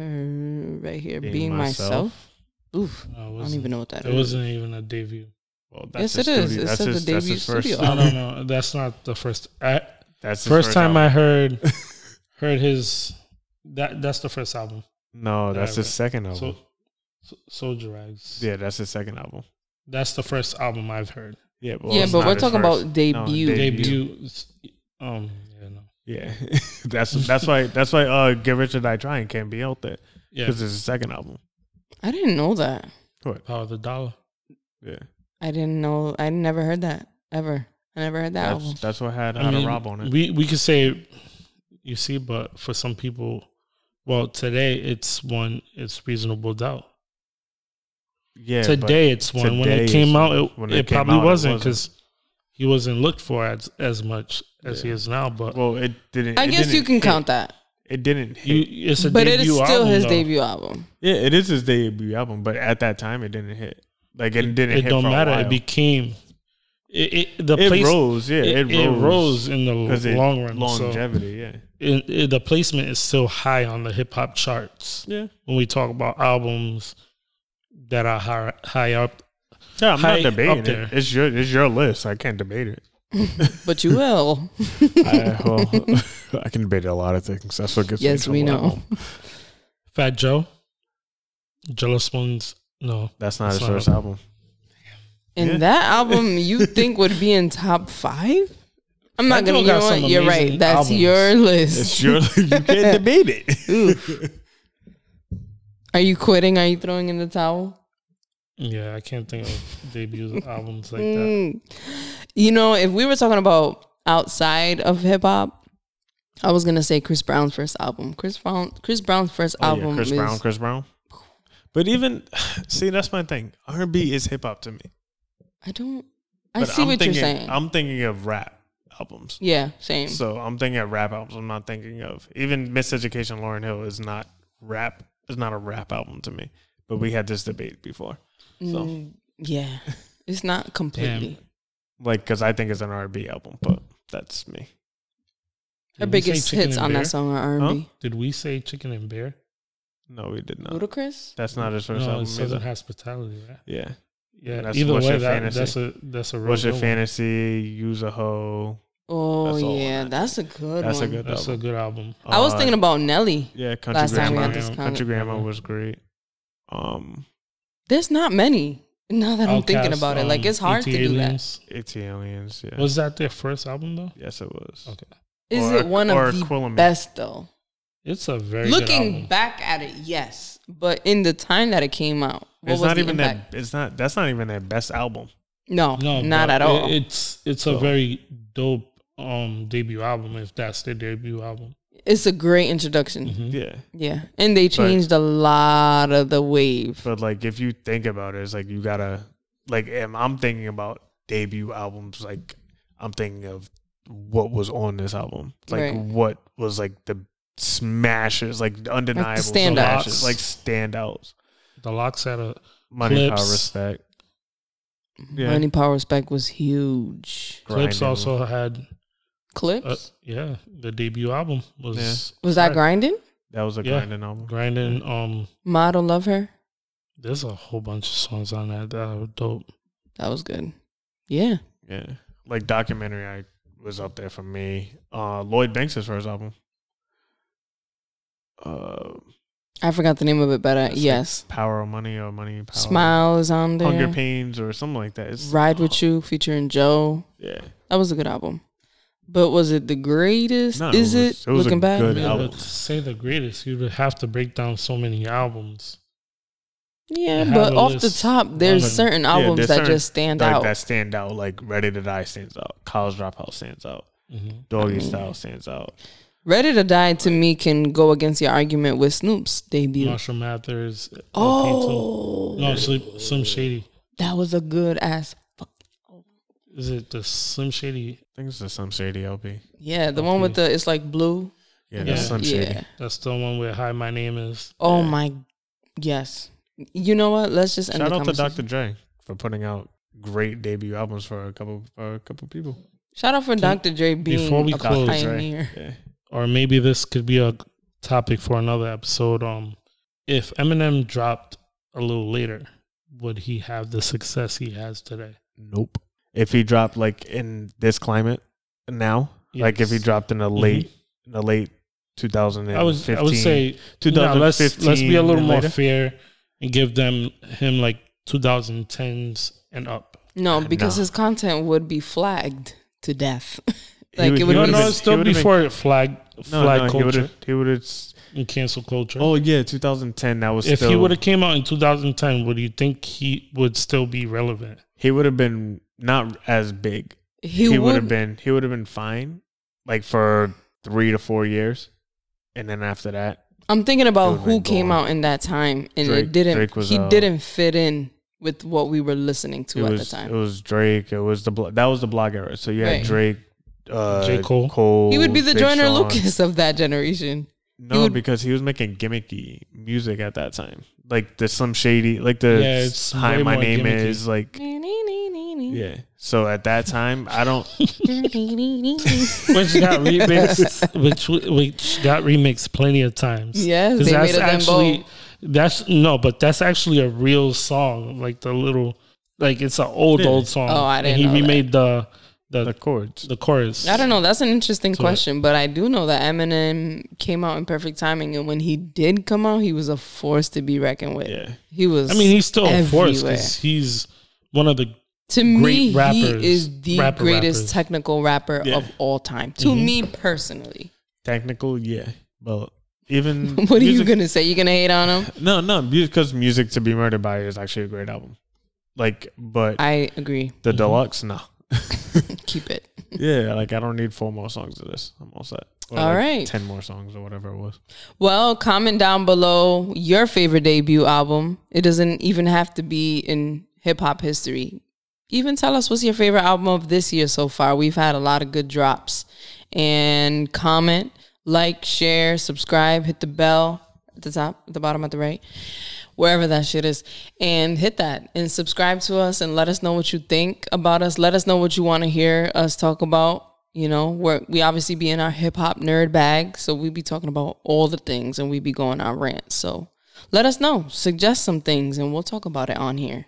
S2: right here, being,
S1: Being
S2: myself. Oof,
S3: No, it
S2: I don't
S3: wasn't-
S2: even know what that
S3: It
S2: is.
S3: wasn't even a debut.
S1: Well,
S2: Yes, it
S1: his
S2: is. It
S1: That's
S2: said
S1: his,
S2: the
S1: that's
S2: debut
S1: his first,
S2: studio
S3: No,
S2: album.
S3: no, no. That's not the first. I,
S1: That's his
S3: first
S1: album.
S3: time I heard heard his that that's the first album.
S1: No,
S3: that I
S1: that's his
S3: read.
S1: second album.
S3: So, so Soldier Rags.
S1: yeah, that's his second album.
S3: That's the first album I've heard.
S1: Yeah, well,
S2: yeah,
S1: it's
S2: but
S1: not
S2: we're
S1: his
S2: talking
S1: first.
S2: about
S1: No,
S2: debut.
S1: debut.
S3: Debut. it's- Um. Yeah. No.
S1: Yeah, that's that's why that's why uh, Get Rich or Die Trying can't be out there
S3: Yeah.
S1: because it's his second album.
S2: I didn't know that.
S3: Power of the Dollar.
S1: Yeah,
S2: I didn't know. I never heard that ever. I never heard that album.
S1: that's, that's what had
S3: I
S1: How to
S3: mean,
S1: Rob on it.
S3: We we could say, you see, but for some people, well, today it's one. It's reasonable doubt.
S1: yeah, but-
S3: today it's one. When
S1: today
S3: it
S1: is
S3: came
S1: one.
S3: out, it,
S1: When
S3: it,
S1: it came
S3: probably
S1: out, it
S3: wasn't
S1: wasn't.
S3: because he wasn't looked for as as much as he
S1: Yeah.
S3: is now. But
S1: well, it didn't.
S2: I
S1: it
S2: guess you
S1: didn't
S2: can
S1: hit.
S2: count that,
S1: It didn't. Hit.
S3: you, it's a
S2: but it
S3: debut
S2: is still
S3: album,
S2: his
S3: though.
S2: debut album.
S1: yeah, it is his debut album, but at that time, it didn't hit. Like it, didn't.
S3: It
S1: hit
S3: don't
S1: for a
S3: matter. It
S1: while.
S3: became it, it the
S1: it
S3: place.
S1: rose. Yeah,
S3: it,
S1: it,
S3: it
S1: rose.
S3: rose in the
S1: 'cause it-
S3: long run. So
S1: Longevity. Yeah.
S3: it, it- the placement is still high on the hip hop charts
S1: Yeah.
S3: when we talk about albums that are high, high up.
S1: Yeah, I'm
S3: High
S1: not debating
S3: up there.
S1: it. It's your it's your list. I can't debate it.
S2: But you will.
S1: I, well, I can debate a lot of things. That's what gets me in
S2: yes, we
S1: trouble at
S2: know.
S1: home.
S3: Fat Joe, Jealous Ones. No,
S1: That's not
S3: That's
S1: his
S3: not
S1: first
S3: up.
S1: album.
S2: And
S1: Yeah.
S2: that album you think would be in top five? I'm not
S3: That
S2: gonna.
S3: dude
S2: You know
S3: got some
S2: what? You're right.
S3: amazing
S2: That's
S3: albums.
S2: your list.
S1: It's your you can't debate it.
S2: Are you quitting? Are you throwing in the towel?
S3: yeah, I can't think of debut albums like that.
S2: Mm. You know, if we were talking about outside of hip hop, I was gonna say Chris Brown's first album. Chris Brown, Chris Brown's first
S1: Oh,
S2: album
S1: yeah, Chris
S2: is
S1: Brown, Chris Brown. But even see, that's my thing. R and B is hip hop to me.
S2: I don't. I
S1: But
S2: see
S1: I'm
S2: what
S1: thinking,
S2: you're saying.
S1: I'm thinking of rap albums.
S2: yeah, same.
S1: So I'm thinking of rap albums. I'm not thinking of even Miseducation Lauren Hill is not rap is not a rap album to me. But we had this debate before. So
S2: Mm, yeah, it's not completely.
S1: like because I think it's an R and B album, but that's me.
S2: Her
S3: Did we say
S2: biggest
S3: Chicken
S2: hits
S3: and
S2: on
S3: Bear?
S2: that song are R and B.
S3: Did we say Chicken and Bear?
S1: No, we did not.
S2: Ludacris.
S1: That's not his first
S3: no,
S1: album
S3: it's Southern
S1: either.
S3: Hospitality, right?
S1: Yeah.
S3: Yeah.
S1: That's
S3: Either
S1: What's
S3: way,
S1: Your
S3: that,
S1: Fantasy.
S3: that's a that's a real
S1: What's your
S3: good one.
S1: fantasy? Use a hoe.
S2: Oh
S1: That's all on
S2: yeah,
S1: that.
S2: that's a good
S1: That's a
S2: one.
S1: good
S3: That's a
S1: album.
S3: good album.
S2: I was
S1: Uh,
S2: thinking about Nelly.
S1: yeah, country
S2: last time we
S1: grandma.
S2: had this con-
S1: country grandma was great. Um,
S2: There's not many. Now that I'm thinking
S3: Outkast,
S2: about it, like
S3: um,
S2: it's hard to
S3: 80
S2: do that.
S3: Aliens.
S1: it's aliens. Yeah.
S3: Was that their first album though?
S1: yes, it was.
S3: Okay.
S2: Is
S1: Or-
S2: it one
S1: or
S2: of the
S1: Aquilum.
S2: best though?
S3: It's a very good
S2: Looking
S3: album.
S2: back at it, yes, but in the time that it came out,
S1: it's
S2: what was
S1: not
S2: the
S1: even
S2: impact?
S1: that. It's not. That's not even their best album.
S2: No,
S3: no,
S2: not
S3: but
S2: at all.
S3: it- it's it's a very dope um debut album if that's their debut album.
S2: it's a great introduction.
S3: Hmm?
S1: Yeah,
S2: Yeah, and they changed a lot of the wave.
S1: but like if you think about it, it's like you gotta like. am- I'm thinking about debut albums. Like I'm thinking of what was on this album. Like
S2: Right.
S1: what was like the smashes, like undeniable
S2: standouts.
S1: smashes, like standouts.
S3: The Locks had a
S1: Money, power,
S3: Clips.
S1: respect. Yeah.
S2: Money, power, respect was huge.
S3: Clips
S1: Grinding.
S3: also had
S2: Clips
S3: uh, yeah, the debut album was
S2: was that grinding?
S1: That was a
S3: Yeah.
S1: grinding album.
S3: grinding um
S2: Model love her.
S3: there's a whole bunch of songs on that that are dope.
S2: That was good. Yeah,
S1: Yeah. Like documentary I was up there for me. Uh Lloyd Banks' first album. Uh
S2: I forgot the name of it, but uh,
S1: That's like
S2: yes,
S1: Power or Money or Money Power.
S2: Smile is on there.
S1: Hunger Pains or something like that. It's-
S2: Ride with you featuring Joe.
S1: Yeah.
S2: That was a good album. But was it the greatest?
S1: No,
S2: Is
S1: it was-
S2: it,
S1: it was a
S2: looking back?
S1: good
S3: Yeah,
S1: album.
S3: but to say the greatest, you would have to break down so many albums.
S2: Yeah,
S3: I have
S2: but
S3: a
S2: off the
S3: list.
S2: top, there's
S1: Like,
S2: certain
S1: yeah,
S2: albums
S1: there's
S2: that
S1: certain-
S2: just stand
S1: like,
S2: out.
S1: That stand out. Like Ready to Die stands out. College Dropout stands out.
S2: Mm.
S1: Doggy Style stands out.
S2: Ready to Die to me can go against your argument with Snoop's debut.
S3: Marshall Mathers. LP2.
S2: oh,
S3: no, Slim, Slim Shady.
S2: that was a good ass. fuck-
S3: Is it the Slim Shady?
S1: I think it's the Some Shady LP.
S2: Yeah, the one with the it's like blue.
S1: Yeah, that's
S3: Yeah.
S1: Some
S2: yeah.
S1: Shady.
S3: That's the one where "Hi, my name is."
S2: Oh my, yes. You know what? Let's just end
S1: Shout
S2: the
S1: out to
S2: conversation.
S1: Dr. Dre for putting out great debut albums for a couple for a couple people.
S2: Shout out for Dr. Dre being
S3: before we
S2: a
S3: close, right?
S2: pioneer.
S1: Yeah.
S3: Or maybe this could be a topic for another episode. Um, if Eminem dropped a little later, would he have the success he has today?
S1: Nope. If he dropped like in this climate now, like if he
S3: Yes. Mm-hmm.
S1: dropped in the late in the late 2015,
S3: I would. I would say No,
S1: 2015.
S3: let's let's be a little
S1: and
S3: more
S1: later.
S3: fair and give them him like 2010s and up.
S2: No, because
S1: no.
S2: his content would be flagged to death.
S1: He
S2: like
S1: would-
S2: it
S1: he
S2: would
S3: No,
S1: would've
S2: be.
S3: no,
S1: been-
S3: it's still
S1: he would've
S3: before flag
S1: No,
S3: flag
S1: no, he
S3: culture
S1: would've- he would have.
S3: and cancel culture.
S1: Oh yeah, 2010. That was
S3: if
S1: still,
S3: he would have came out in 2010, would you think he would still be relevant?
S1: He would have been not as big.
S2: He,
S1: He, would have
S2: would.
S1: been. He would have been fine, like for three to four years, and then after that,
S2: I'm thinking about
S1: would've
S2: who
S1: been
S2: came
S1: gone.
S2: out in that time, and
S1: Drake-
S2: it didn't.
S1: Drake was
S2: he
S3: uh,
S1: out.
S2: didn't fit in with what we were listening to
S1: it
S2: at
S1: was
S2: the
S1: it
S2: time.
S1: was Drake. It was the blo- that was the blog era. So you had
S2: Right.
S1: Drake, uh,
S3: J. Cole.
S2: He would be the
S1: Big
S2: Joyner
S1: Sean.
S2: Lucas of that generation.
S1: No,
S2: would-
S1: because he was making gimmicky music at that time, like the Slim Shady, like the
S3: Yeah, it's
S1: Hi,
S3: way
S1: my
S3: more
S1: name
S3: gimmicky.
S1: is like yeah. So at that time, I don't.
S3: Which got remixed, which which got remixed plenty of times.
S2: Yes,
S3: 'Cause
S2: they
S3: that's
S2: made a
S3: actually
S2: dembo.
S3: that's no, but that's actually a real song, like the little, like it's an old
S1: Yeah.
S3: old song.
S2: Oh, I didn't
S3: And he
S2: know that.
S3: remade the
S1: the
S3: the
S1: chords.
S3: the chorus.
S2: I don't know. That's an interesting
S3: So-
S2: question, but I do know that Eminem came out in perfect timing, and when he did come out, he was a force to be reckoned with.
S1: Yeah.
S2: He was.
S3: I mean, he's still a force
S2: everywhere.
S3: because he's one of the
S2: to
S3: great
S2: me,
S3: rappers,
S2: he is the
S3: rapper
S2: greatest
S3: rappers. Mm-hmm.
S2: technical rapper
S1: Yeah.
S2: of all time. To me personally,
S1: Technical, yeah. But even
S2: what are you
S1: music-
S2: gonna say? You gonna hate on him?
S1: No, no, because music to be murdered by is actually a great album. Like, but
S2: I agree.
S1: the deluxe, no.
S2: Keep it.
S1: yeah, like I don't need four more songs of this. I'm all set. Or
S2: All
S1: like
S2: right.
S1: ten more songs or whatever it was.
S2: Well, comment down below your favorite debut album. It doesn't even have to be in hip hop history. Even tell us what's your favorite album of this year so far. We've had a lot of good drops. And comment, like, share, subscribe, hit the bell at the top, at the bottom, at the right, wherever that shit is. And hit that and subscribe to us and let us know what you think about us. Let us know what you want to hear us talk about. You know, we're, we obviously be in our hip hop nerd bag, so we be talking about all the things and we be going on rants. So let us know, suggest some things, and we'll talk about it on here.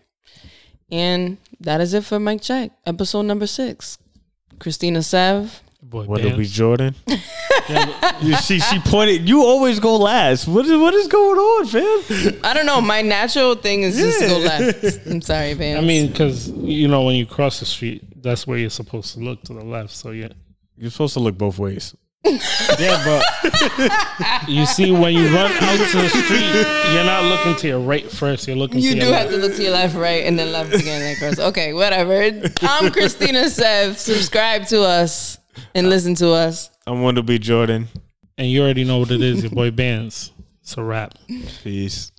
S2: And that is it for Mike Check, episode number six. Christina Sev.
S3: boy
S1: What did
S3: bands.
S1: we Jordan? you see, she pointed. You always go last. What is what is going on, fam?
S2: I don't know. My natural thing is just go left. I'm sorry, man.
S3: I mean, because you know when you cross the street, that's where you're supposed to look to the left. So yeah,
S1: You're supposed to look both ways.
S3: yeah, but you see when you run out to the street, you're not looking to your right first. You're looking.
S2: you
S3: to
S2: do
S3: your
S2: have to look to your left, right, and then left again. Like cross. Okay, whatever. I'm Christina Sev. Subscribe to us and listen to us.
S1: I'm one to be Jordan.
S3: and you already know what it is. Your boy bands. It's a wrap.
S1: Peace.